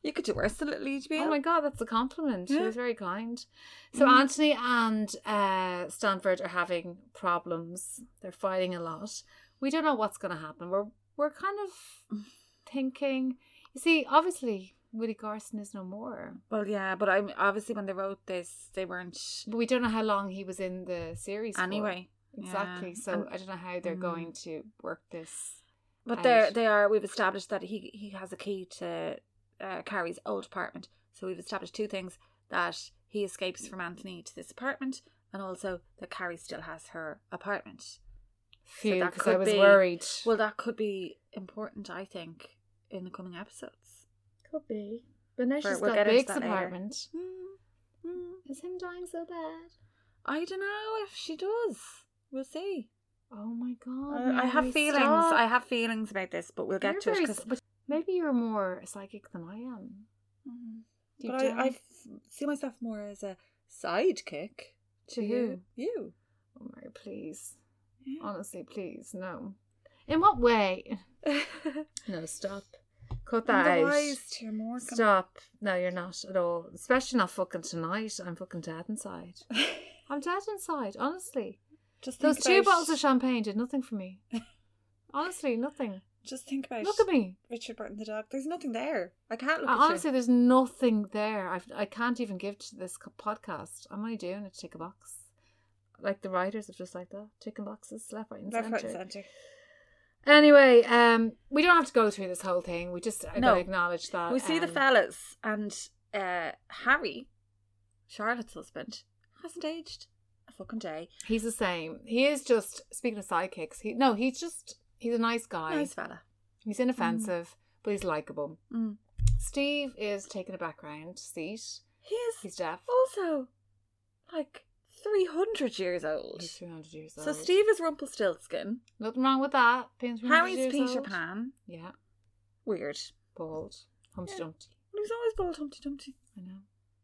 S1: you could do worse than Little Edie Beale.
S2: oh my god, that's a compliment. She
S1: Yeah.
S2: was very kind. So
S1: Mm.
S2: Anthony and uh, Stanford are having problems. They're fighting a lot. We don't know what's going to happen. We're we're kind of thinking. You see, obviously Willie Garson is no more,
S1: Well, yeah, but I'm obviously when they wrote this, they weren't
S2: but we don't know how long he was in the series. for.
S1: anyway.
S2: exactly.
S1: yeah.
S2: So
S1: And-
S2: I don't know how they're
S1: Mm.
S2: going to work this.
S1: But they
S2: out.
S1: they are. We've established that he he has a key to uh, Carrie's old apartment. So we've established two things: that he escapes from Anthony to this apartment, and also that Carrie still has her apartment.
S2: Phew,
S1: that
S2: because I
S1: could
S2: was
S1: be-
S2: worried.
S1: Well, that could be important, I think, in the coming episodes.
S2: could be, but now
S1: Right,
S2: she's
S1: we'll
S2: got
S1: get into
S2: Big's
S1: that later.
S2: apartment.
S1: Hmm. Hmm.
S2: Is him dying so bad?
S1: I don't know if she does. We'll see.
S2: Oh my god!
S1: I- I have
S2: Mary,
S1: feelings.
S2: stop.
S1: I have feelings about this, but we'll get
S2: You're
S1: to it
S2: very
S1: 'cause-
S2: s- but maybe you're more psychic than I am.
S1: Mm.
S2: Deep
S1: but
S2: down.
S1: I, I f- see myself more as a sidekick to
S2: To
S1: you.
S2: who?
S1: You.
S2: Oh, Mary, please.
S1: Yeah.
S2: Honestly, please, no. In what way? No, stop. Cut
S1: I'm
S2: that
S1: the
S2: out.
S1: wise to your more.
S2: Stop. No, you're not at all. Especially not fucking tonight. I'm fucking dead inside. I'm dead inside, honestly.
S1: Just
S2: Those
S1: think
S2: two
S1: about-
S2: bottles of champagne did nothing for me. honestly, nothing.
S1: Just think about
S2: Look at me.
S1: Richard Burton the dog. There's nothing there. I can't look
S2: I-
S1: at
S2: honestly,
S1: you.
S2: there's nothing there. I've, I can't even give to this co- podcast. I'm only doing it to tick a box. Like the writers are just like that, ticking boxes left, right, and
S1: Left, right,
S2: centre.
S1: and centre.
S2: Anyway, um, we don't have to go through this whole thing. We just I
S1: No.
S2: gotta acknowledge that
S1: We see the
S2: um,
S1: fellas and uh, Harry, Charlotte's husband, hasn't aged a fucking day.
S2: He's the same. He is just speaking of sidekicks. He no, he's just he's a nice guy.
S1: Nice fella.
S2: He's inoffensive, but he's likable.
S1: Mm.
S2: Steve is taking a background seat.
S1: He is
S2: He's deaf.
S1: Oh. also like 300 years old.
S2: He's 300 years
S1: So
S2: old.
S1: Steve is Rumpelstiltskin.
S2: nothing wrong with that. Being 300
S1: Harry's
S2: years
S1: Peter
S2: old.
S1: Pan.
S2: Yeah,
S1: Weird.
S2: bald, Humpty
S1: Yeah.
S2: Dumpty.
S1: He was always bald Humpty Dumpty.
S2: I know.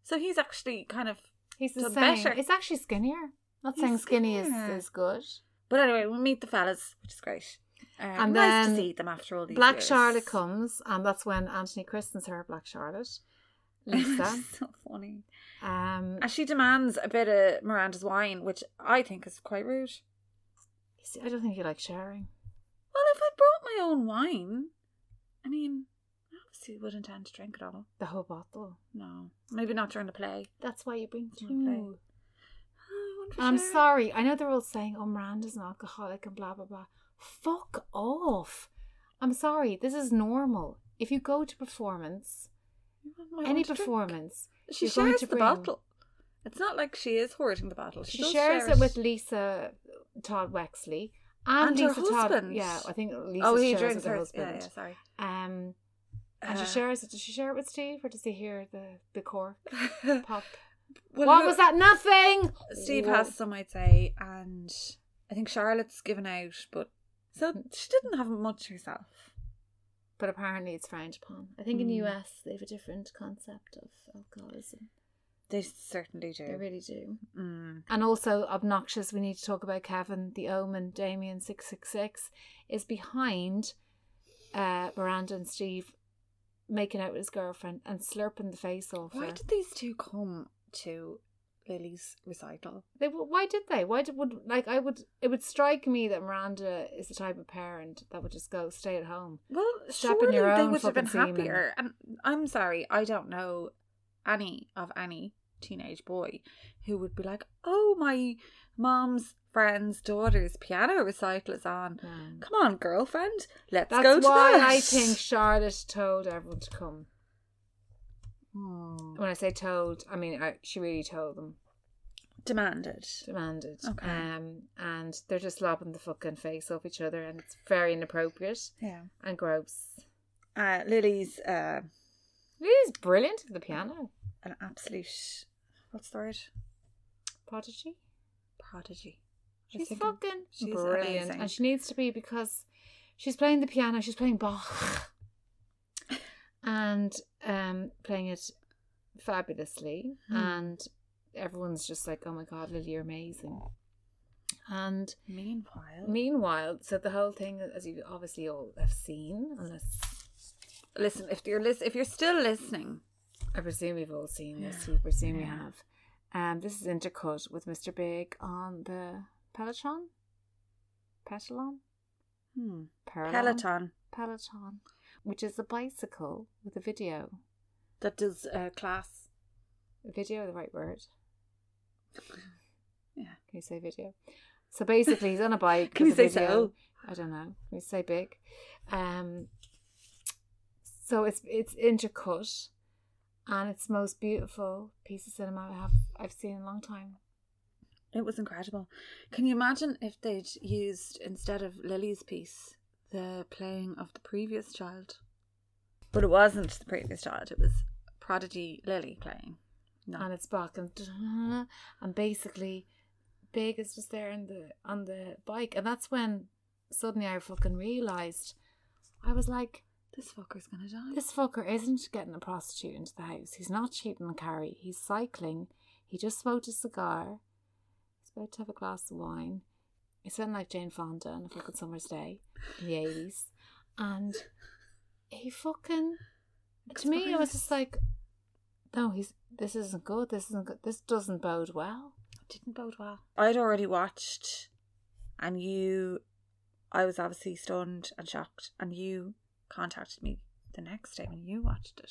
S1: So he's actually kind of.
S2: He's the
S1: Done
S2: same.
S1: better.
S2: It's actually skinnier. Not
S1: He's
S2: saying skinny is,
S1: skinnier.
S2: is good.
S1: But anyway, we meet the fellas, which is great. Uh,
S2: And
S1: nice to
S2: then
S1: see them after all these
S2: Black
S1: years.
S2: Charlotte comes, and that's when Anthony christens her Black Charlotte. Lisa.
S1: so funny.
S2: um,
S1: And she demands a bit of Miranda's wine, which I think is quite rude.
S2: see, I don't think you like sharing.
S1: Well, if I brought my own wine, I mean, I obviously wouldn't intend to drink it all.
S2: The whole bottle.
S1: No, maybe not during the play.
S2: That's why you bring
S1: Lovely.
S2: two.
S1: Oh, I wonder if
S2: I'm
S1: Sharon-
S2: sorry. I know they're all saying, oh, Miranda's an alcoholic and blah, blah, blah. Fuck off. I'm sorry. This is normal. If you go to performance,
S1: I want
S2: any
S1: to drink.
S2: performance,
S1: She
S2: you're going
S1: shares
S2: to
S1: the
S2: bring-
S1: bottle. It's not like she is hoarding the bottle. She,
S2: she
S1: does
S2: shares
S1: share
S2: it with Lisa Todd Wexley and,
S1: And her
S2: Lisa Todd.
S1: husband.
S2: Yeah, I think Lisa
S1: oh, he
S2: shares
S1: drinks
S2: with her
S1: hers. Yeah,
S2: husband.
S1: yeah, sorry.
S2: Um, and
S1: Uh,
S2: she shares it. Does she share it with Steve or does he hear the, the cork pop?
S1: Well,
S2: what
S1: who-
S2: was that? Nothing!
S1: Steve
S2: Whoa.
S1: has some, I'd say, and I think Charlotte's given out, but so she didn't have much herself.
S2: but apparently it's frowned upon. I think in
S1: Mm.
S2: the US they have a different concept of alcoholism.
S1: They certainly do.
S2: They really do.
S1: mm.
S2: And also obnoxious. We need to talk about Kevin, the Omen, Damien six six six is behind uh, Miranda and Steve making out with his girlfriend and slurping the face off.
S1: Why
S2: her.
S1: did these two come to Lily's recital?
S2: They why did they? Why did would like I would it would strike me that Miranda is the type of parent that would just go stay at home.
S1: Well,
S2: Step in
S1: surely
S2: your
S1: they
S2: own
S1: would have been
S2: fucking semen.
S1: happier. And I'm sorry, I don't know any of any teenage boy who would be like, "Oh, my mom's friend's daughter's piano recital is on.
S2: Um,
S1: Come on, girlfriend, let's
S2: that's
S1: go to
S2: why
S1: that."
S2: I think Charlotte told everyone to come.
S1: Hmm.
S2: When I say told, I mean I, she really told them,
S1: demanded.
S2: demanded.
S1: Okay.
S2: Um, and they're just lobbing the fucking face off each other, and it's very inappropriate
S1: Yeah.
S2: and gross.
S1: Uh, Lily's uh,
S2: Lily's brilliant at the piano.
S1: an absolute what's the word?
S2: Prodigy.
S1: Prodigy. I was
S2: She's
S1: thinking-
S2: fucking
S1: she's
S2: brilliant,
S1: amazing.
S2: and she needs to be because she's playing the piano. She's playing Bach, and um, playing it fabulously.
S1: Hmm.
S2: And everyone's just like, "Oh my god, Lily, you're amazing!" And
S1: Meanwhile,
S2: Meanwhile, so the whole thing, as you obviously all have seen, unless
S1: listen. If you're lis- if you're still listening,
S2: I presume we've all seen this, we presume we have. Um, this is intercut with Mr. Big on the Peloton, Petalon,
S1: hmm.
S2: Perlon?
S1: Peloton
S2: Peloton, which is a bicycle with a video.
S1: that does uh, class.
S2: Video, the right word?
S1: Yeah.
S2: Can you say video? So basically, he's on a bike.
S1: Can
S2: with
S1: you
S2: a
S1: say
S2: video.
S1: so?
S2: I don't know. Can you say big? Um. So it's it's intercut, and it's the most beautiful piece of cinema I have I've seen in a long time.
S1: It was incredible. Can you imagine if they'd used instead of Lily's piece the playing of the previous child? But it wasn't the previous child. It was Prodigy Lily playing. No.
S2: And it's back and and basically, Big is just there on the on the bike, and that's when suddenly I fucking realized, I was like,
S1: this fucker's gonna die.
S2: This fucker isn't getting a prostitute into the house. He's not cheating on Carrie. He's cycling. He just smoked a cigar. He's about to have a glass of wine. He's sounding like Jane Fonda on a fucking summer's day in the 80s. And he fucking. To me, it was just like, no, he's this isn't good. This isn't good. This doesn't bode well.
S1: didn't bode well. I'd already watched, and you, I was obviously stunned and shocked, and you contacted me the next day when you watched it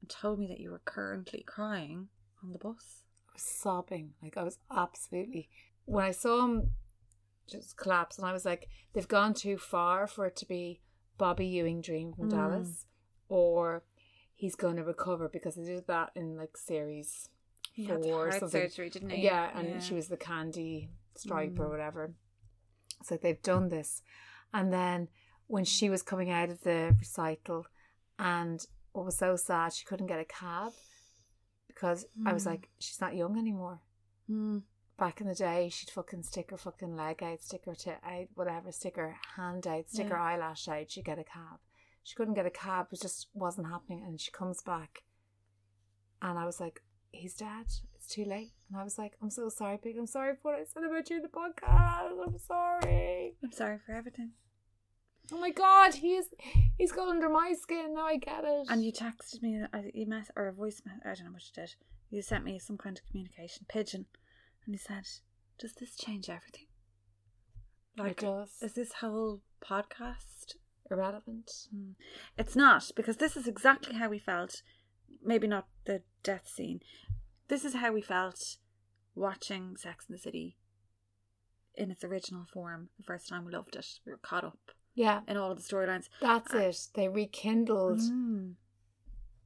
S1: and told me that you were currently crying on the bus.
S2: I was sobbing. Like I was absolutely when I saw him just collapse, and I was like, they've gone too far for it to be Bobby Ewing dream from
S1: Mm.
S2: Dallas, or he's going to recover because they did that in like series
S1: Yeah, the
S2: four or
S1: heart
S2: something.
S1: surgery, didn't he?
S2: Yeah, and she was the candy stripe or
S1: Mm.
S2: whatever. So they've done this. And then when she was coming out of the recital and what was so sad, she couldn't get a cab because I was
S1: Mm.
S2: like, she's not young anymore.
S1: Mm.
S2: Back in the day, she'd fucking stick her fucking leg out, stick her tit out, whatever, stick her hand out, stick her
S1: Yeah.
S2: eyelash out, she'd get a cab. She couldn't get a cab, it just wasn't happening. And she comes back and I was like, he's dead. It's too late. And I was like, I'm so sorry, Big. I'm sorry for what I said about you in the podcast. I'm sorry.
S1: I'm sorry for everything.
S2: Oh my God, he is, he's got under my skin. Now I get it.
S1: And you texted me a a mess or a voice mess. I don't know what you did. You sent me some kind of communication pigeon, and you said, "Does this change everything?
S2: like, it does.
S1: Is this whole podcast?
S2: irrelevant.
S1: Mm. It's not because this is exactly how we felt. Maybe not the death scene. This is how we felt watching Sex in the City in its original form the first time. We loved it. We were caught up
S2: Yeah,
S1: in all of the storylines.
S2: that's
S1: I-
S2: it. They rekindled
S1: Mm.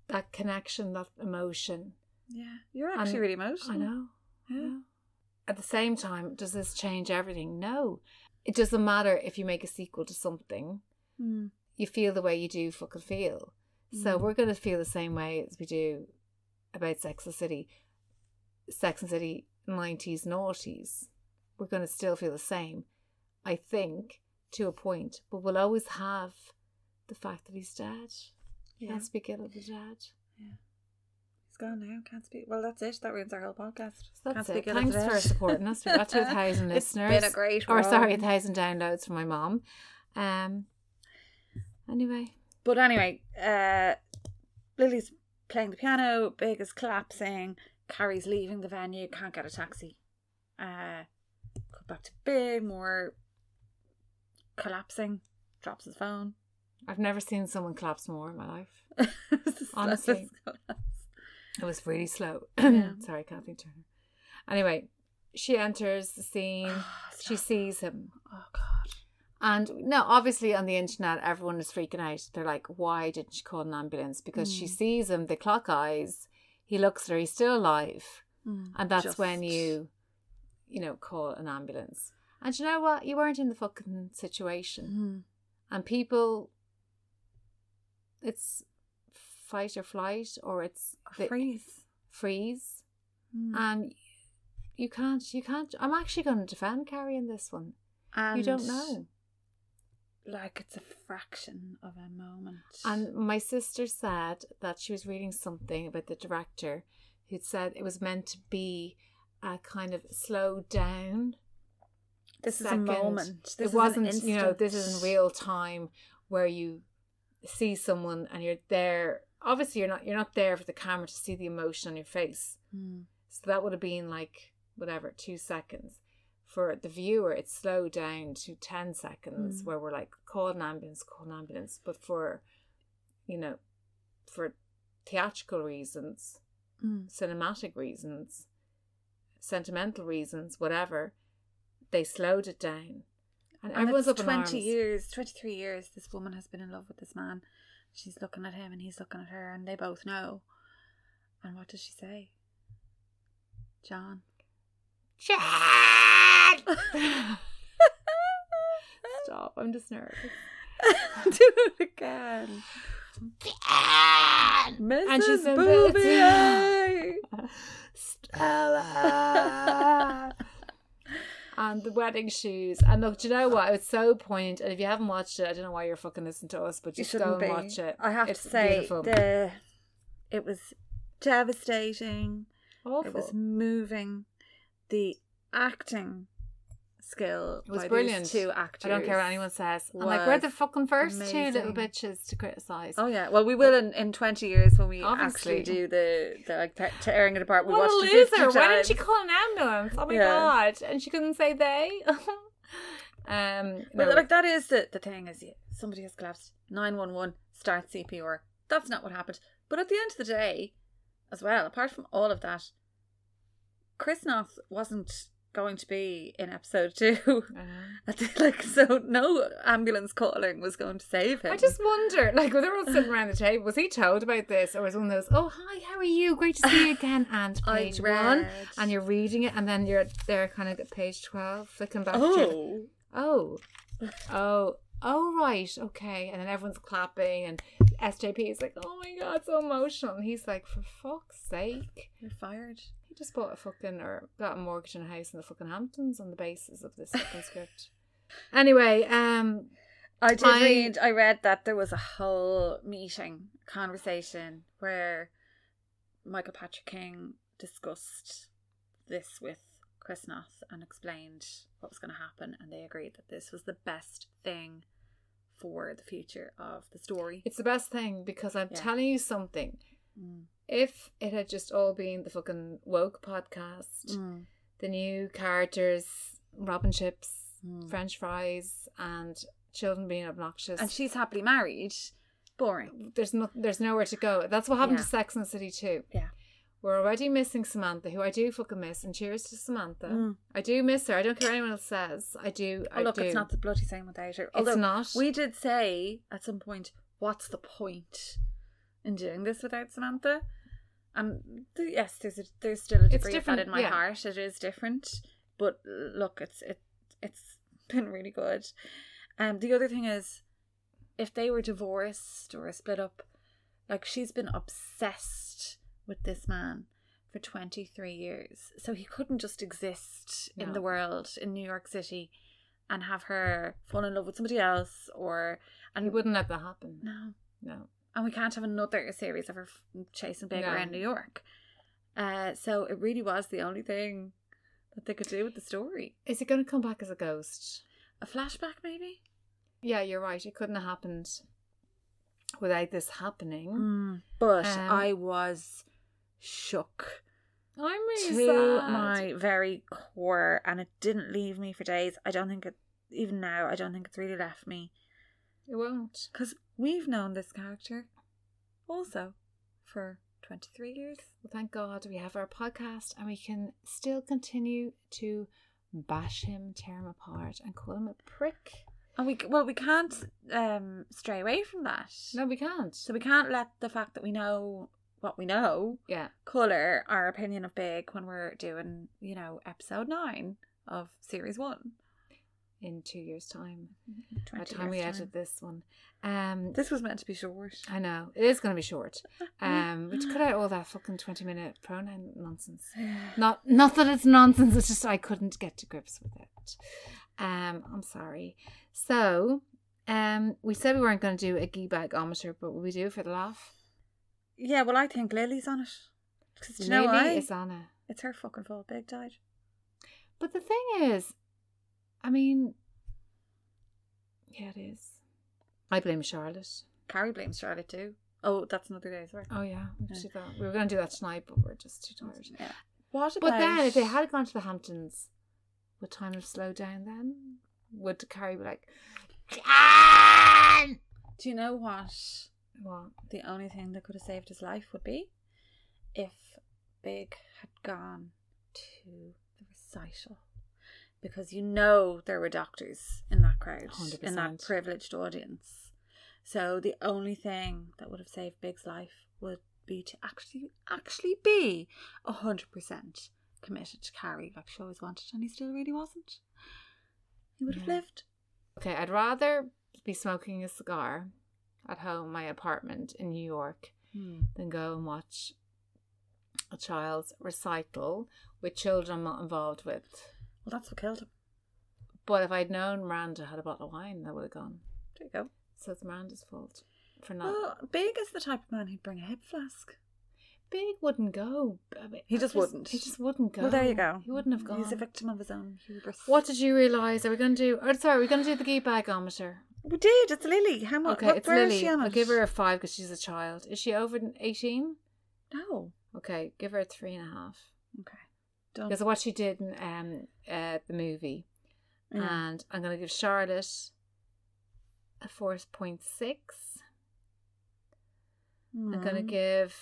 S2: that connection, that emotion.
S1: Yeah, you're
S2: And-
S1: actually really emotional.
S2: I know. I
S1: Yeah.
S2: know. At the same time, does this change everything? No. It doesn't matter if you make a sequel to something.
S1: Mm.
S2: you feel the way you do fucking feel. So
S1: Mm.
S2: we're going to feel the same way as we do about Sex and the City, Sex and the City 90s, noughties. We're going to still feel the same, I think, to a point. But we'll always have the fact that he's dead.
S1: Yeah.
S2: Can't speak ill of the dead.
S1: He's gone now. Can't speak. Well, that's it. That ruins our whole podcast.
S2: So
S1: Can't
S2: that's it.
S1: speak ill of
S2: Thanks
S1: the
S2: for
S1: dead.
S2: supporting us. We got to a thousand
S1: It's
S2: listeners.
S1: been a great
S2: or sorry, a
S1: run.
S2: thousand downloads from my mom. Um. Anyway,
S1: But anyway, uh, Lily's playing the piano. Big is collapsing. Carrie's leaving the venue. Can't get a taxi. Uh, go back to Big. More collapsing. Drops his phone.
S2: I've never seen someone collapse more in my life.
S1: This
S2: Honestly.
S1: collapse.
S2: It was really slow.
S1: Yeah.
S2: Sorry, Kathleen Turner. Anyway, she enters the scene. she
S1: Ah, Stop.
S2: sees him.
S1: Oh God.
S2: And now, obviously, on the internet, everyone is freaking out. They're like, why didn't she call an ambulance? Because she
S1: Mm.
S2: sees him, the clock eyes, he looks at her, he's still alive.
S1: Mm,
S2: And that's
S1: just-
S2: when you, you know, call an ambulance. And you know what? You weren't in the fucking situation.
S1: Mm.
S2: And people, it's fight or flight, or it's the-
S1: freeze.
S2: freeze.
S1: Mm.
S2: and you can't you can't i'm actually going to defend carrie in this one you don't
S1: Uh, And-
S2: know
S1: like it's a fraction of a moment.
S2: and my sister said that she was reading something about the director who'd said it was meant to be a kind of slow down
S1: this
S2: second.
S1: is a moment. This is
S2: it
S1: an
S2: wasn't you know
S1: instant.
S2: this isn't real time where you see someone and you're there obviously you're not you're not there for the camera to see the emotion on your face
S1: Mm.
S2: So that would have been like whatever, two seconds. For the viewer, it's slowed down to 10 seconds
S1: Mm.
S2: where we're like, call an ambulance, call an ambulance. But for, you know, for theatrical reasons,
S1: Mm.
S2: cinematic reasons, sentimental reasons, whatever, they slowed it down.
S1: And
S2: And, everyone's up
S1: it's
S2: in arms.
S1: twenty years, twenty three years. This woman has been in love with this man. She's looking at him, and he's looking at her, and they both know. And what does she say? John.
S2: Chad! Stop, I'm just nervous.
S1: Do it again, Mrs.
S2: And she's in bed.
S1: Booby.
S2: Stella. and the wedding shoes. And look, do you know what? It's so poignant. And if you haven't watched it, I don't know why you're fucking listening to us, but
S1: You
S2: just go
S1: shouldn't be.
S2: and watch it.
S1: I have
S2: it's
S1: to say,
S2: beautiful.
S1: the it was devastating.
S2: Awful.
S1: It was moving. The acting skill
S2: It was
S1: by
S2: brilliant.
S1: these two actors.
S2: I don't care what anyone says. I'm like, we're the
S1: was
S2: fucking first two little
S1: amazing.
S2: bitches to criticize.
S1: Oh yeah, well we will in, in twenty years when we
S2: Obviously.
S1: actually do the, the like te- tearing it apart. We
S2: what a
S1: watched it 50
S2: loser! Why didn't she
S1: times.
S2: call an ambulance? Oh my
S1: Yeah.
S2: god! And she couldn't say they. um,
S1: But
S2: no.
S1: like that is the the thing is yeah, somebody has collapsed. Nine one one start CPR. That's not what happened. But at the end of the day, as well, apart from all of that, Chris Noth wasn't going to be in episode two.
S2: I know.
S1: I think, like so, no ambulance calling was going to save him.
S2: I just wonder, like, when they were all sitting around the table, was he told about this, or was one of those, "Oh, hi, how are you? Great to see you again." And
S1: I
S2: page one,
S1: read.
S2: and you're reading it, and then you're there, kind of at page twelve, flicking back. to it.
S1: oh,
S2: oh, oh, oh, right, okay. And then everyone's clapping, and SJP is like, "Oh my god, so emotional." And he's like, "For fuck's sake."
S1: you're fired.
S2: He just bought a fucking or got a mortgage and a house in the fucking Hamptons on the basis of this fucking script. Anyway, um,
S1: I did
S2: I-
S1: read. I read that there was a whole meeting conversation where Michael Patrick King discussed this with Chris Noth and explained what was going to happen, and they agreed that this was the best thing for the future of the story.
S2: it's the best thing because I'm
S1: Yeah.
S2: telling you something.
S1: Mm.
S2: If it had just all been the fucking woke podcast,
S1: Mm.
S2: the new characters, Robin chips,
S1: Mm.
S2: French fries, and children being obnoxious,
S1: And she's happily married. Boring.
S2: there's no, there's nowhere to go. That's what happened
S1: Yeah.
S2: to Sex and the City too.
S1: Yeah.
S2: We're already missing Samantha, who I do fucking miss, and cheers to Samantha.
S1: Mm.
S2: I do miss her. I don't care what anyone else says. I do.
S1: Oh,
S2: I
S1: look,
S2: do.
S1: it's not the bloody same without her.
S2: It's not.
S1: We did say at some point, what's the point in doing this without Samantha? And th- yes, there's a, there's still a
S2: It's
S1: degree of that
S2: different,
S1: in my
S2: yeah.
S1: heart. It is different, but look, it's it it's been really good. Um, the other thing is, if they were divorced or split up, like she's been obsessed with this man for 23 years. So he couldn't just exist in
S2: No.
S1: the world in New York City and have her fall in love with somebody else or and
S2: You wouldn't let that happen.
S1: no.
S2: No.
S1: And we can't have another series of her f- chasing Big
S2: No.
S1: around New York. Uh, so it really was the only thing that they could do with the story.
S2: Is it going to come back as a ghost?
S1: A flashback, maybe.
S2: Yeah, you're right. It couldn't have happened without this happening.
S1: Mm. But
S2: Um,
S1: I was shook
S2: I'm really
S1: to
S2: sad.
S1: my very core and it didn't leave me for days i don't think it even now i don't think it's really left me
S2: It won't.
S1: because we've known this character also for 23 years
S2: Well, thank God we have our podcast and we can still continue to bash him, tear him apart, and call him a prick.
S1: and we c- well we can't um stray away from that
S2: No, we can't.
S1: so we can't let the fact that we know what we know
S2: Yeah.
S1: color our opinion of big when we're doing you know episode 9 of series 1
S2: In two years' time, by the
S1: 20
S2: time we
S1: Mm-hmm. years'
S2: edit this one, um,
S1: this was meant to be short Mm.
S2: I know it is going to be short.
S1: Mm-hmm.
S2: Um, we cut out all that fucking twenty-minute pronoun nonsense. Not not that it's nonsense, it's just I couldn't get to grips with it. Um, I'm sorry. So, um, we said we weren't going to do a gee bagometer, but will we do for the laugh?
S1: Yeah, well, I think Lily's on it. Because do you know
S2: Lily
S1: why?
S2: is Anna.
S1: It's her fucking fault. Big died.
S2: But the thing is, I mean, yeah, it is. I blame Charlotte.
S1: Carrie blames Charlotte too. Oh, that's another day's work.
S2: Oh yeah, we
S1: Yeah.
S2: should do that. We were going to do that tonight, but we're just too tired.
S1: Yeah. What about?
S2: But then, if they had gone to the Hamptons, would time have slowed down then? Would Carrie be like, Jan!
S1: do you know what?
S2: What?
S1: The only thing that could have saved his life would be if Big had gone to the recital, because you know there were doctors in that crowd, in that
S2: 100%.
S1: privileged audience. So the only thing that would have saved Big's life would be to actually actually be a hundred percent committed to Carrie like she always wanted, and he still really wasn't. He would have
S2: Yeah.
S1: lived.
S2: Okay, I'd rather be smoking a cigar at home in my apartment in New York than go and watch a child's recital with children I'm not involved with.
S1: Well, that's what killed him.
S2: But if I'd known Miranda had a bottle of wine, that would have gone.
S1: There you go.
S2: So it's Miranda's fault for not.
S1: Well, Big is the type of man who'd bring a hip flask.
S2: Big wouldn't go. I mean,
S1: He
S2: I
S1: just wouldn't.
S2: He just wouldn't go.
S1: Well, there you go.
S2: He wouldn't have gone.
S1: He's a victim of his own hubris.
S2: What did you realise? Are we going to do? Oh, sorry, we're going to do the gay bagometer.
S1: We did. It's Lily. How much?
S2: Okay,
S1: what,
S2: it's
S1: where is
S2: Lily.
S1: she on
S2: I'll
S1: it?
S2: give her a five because she's a child. Is she over eighteen?
S1: No.
S2: Okay, give her a three and a half.
S1: Okay. Done.
S2: Because of what she did in um, uh, the movie,
S1: Yeah.
S2: and I'm going to give Charlotte a four point six. I'm going to
S1: Hmm.
S2: give.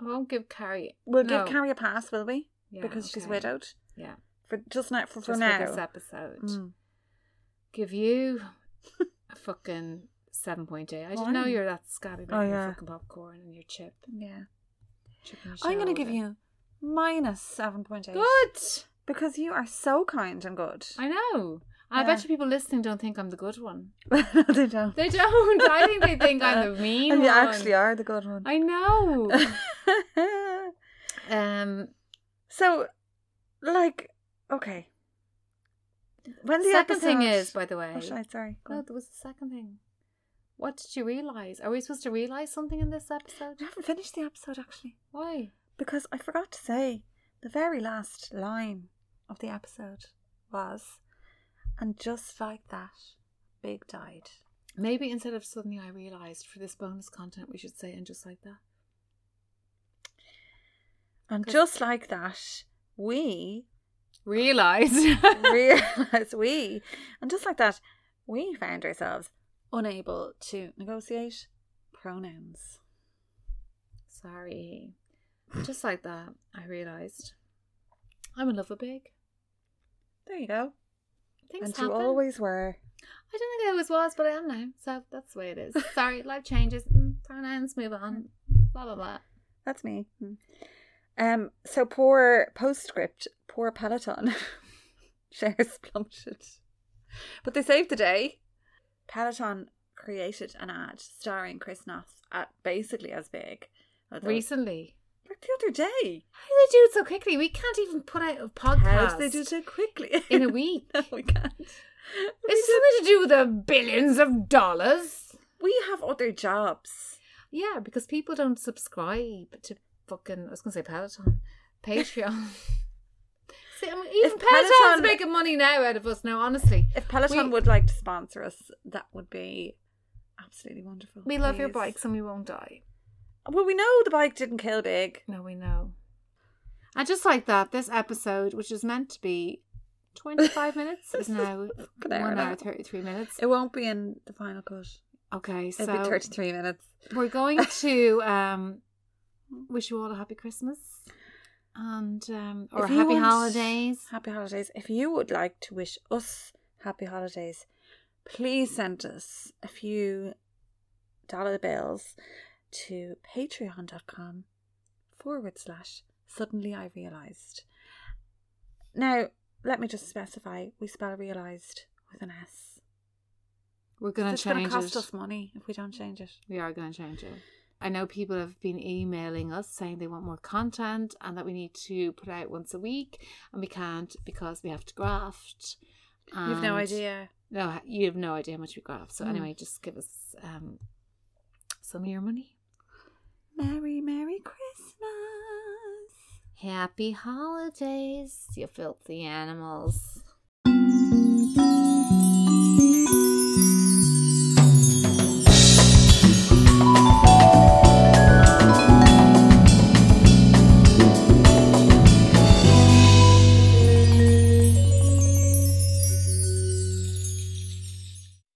S2: I won't give Carrie.
S1: We'll
S2: no.
S1: give Carrie a pass, will we?
S2: Yeah,
S1: because she's
S2: okay.
S1: widowed.
S2: Yeah,
S1: For just now. For, for
S2: just
S1: now.
S2: for this episode.
S1: Mm.
S2: give you a fucking seven point eight. I didn't know
S1: Why?
S2: you were that scabby about
S1: Oh,
S2: your
S1: yeah.
S2: fucking popcorn and your chip.
S1: Hmm. Yeah.
S2: chip and
S1: I'm going to give
S2: shoulder.
S1: you minus seven point eight.
S2: good.
S1: Because you are so kind and good.
S2: I know. I
S1: Yeah.
S2: bet you people listening don't think I'm the good one.
S1: no, they don't.
S2: They don't. I think they think I'm the mean
S1: and you
S2: one.
S1: actually are the good one.
S2: I know. um,
S1: so, like, okay. When the
S2: second
S1: episode...
S2: thing is, by the way,
S1: Oh, shite, sorry. Go
S2: no,
S1: on.
S2: there was a second thing. What did you realize? Are we supposed to realize something in this episode?
S1: I haven't finished the episode actually
S2: Why?
S1: because I forgot to say the very last line of the episode was, and just like that, Big died.
S2: Maybe instead of suddenly I realized for this bonus content, we should say and just like that.
S1: And
S2: Okay.
S1: just like that, we
S2: realized.
S1: realize we, and just like that, we found ourselves unable to negotiate pronouns.
S2: Sorry. Just like that, I realized I'm in love with Big.
S1: There you go.
S2: Things
S1: and
S2: happen.
S1: you always were.
S2: I don't think I always was, but I am now. So that's the way it is. Sorry, life changes. Mm, Pronouns move on. Blah blah blah.
S1: That's me. Hmm. Um. So poor postscript. Poor Peloton. Shares plummeted. But they saved the day. Peloton created an ad starring Chris Noth at basically as big. although-
S2: Recently,
S1: Like the other day.
S2: how do they do it so quickly? We can't even put out a podcast
S1: How did they do it so quickly?
S2: in a week.
S1: no, we can't. We,
S2: It's
S1: do-
S2: something to do with the billions of dollars.
S1: we have other jobs.
S2: Yeah, because people don't subscribe to fucking. I was gonna say Peloton, Patreon. See, I mean, even
S1: If
S2: Peloton's
S1: Peloton-
S2: making money now out of us. Now, honestly,
S1: If Peloton
S2: We-
S1: would like to sponsor us, that would be absolutely wonderful.
S2: we love your
S1: please.
S2: bikes and we won't die.
S1: Well, we know the bike didn't kill Big.
S2: No, we know. And just like that, this episode, which is meant to be twenty-five minutes, is now
S1: Fucking hour
S2: one
S1: and a
S2: hour
S1: half.
S2: thirty-three minutes.
S1: It won't be in the final cut.
S2: Okay,
S1: It'll be
S2: so
S1: 33 minutes.
S2: we're going to um, wish you all a happy Christmas and um, or
S1: If you
S2: happy
S1: want-
S2: holidays.
S1: Happy holidays. If you would like to wish us happy holidays, please send us a few dollar bills to patreon.com forward slash suddenly I realised. Now, let me just specify we spell realised with an S.
S2: We're going to
S1: It's going
S2: change
S1: to cost
S2: it.
S1: us money if we don't change it.
S2: We are going to change it. I know people have been emailing us saying they want more content and that we need to put out once a week, and we can't because we have to graft.
S1: You've no
S2: and-
S1: idea.
S2: No, you have no idea how much we graft. So
S1: Mm.
S2: anyway, just give us um, some of your money.
S1: Merry, Merry Christmas.
S2: Happy holidays, you filthy animals.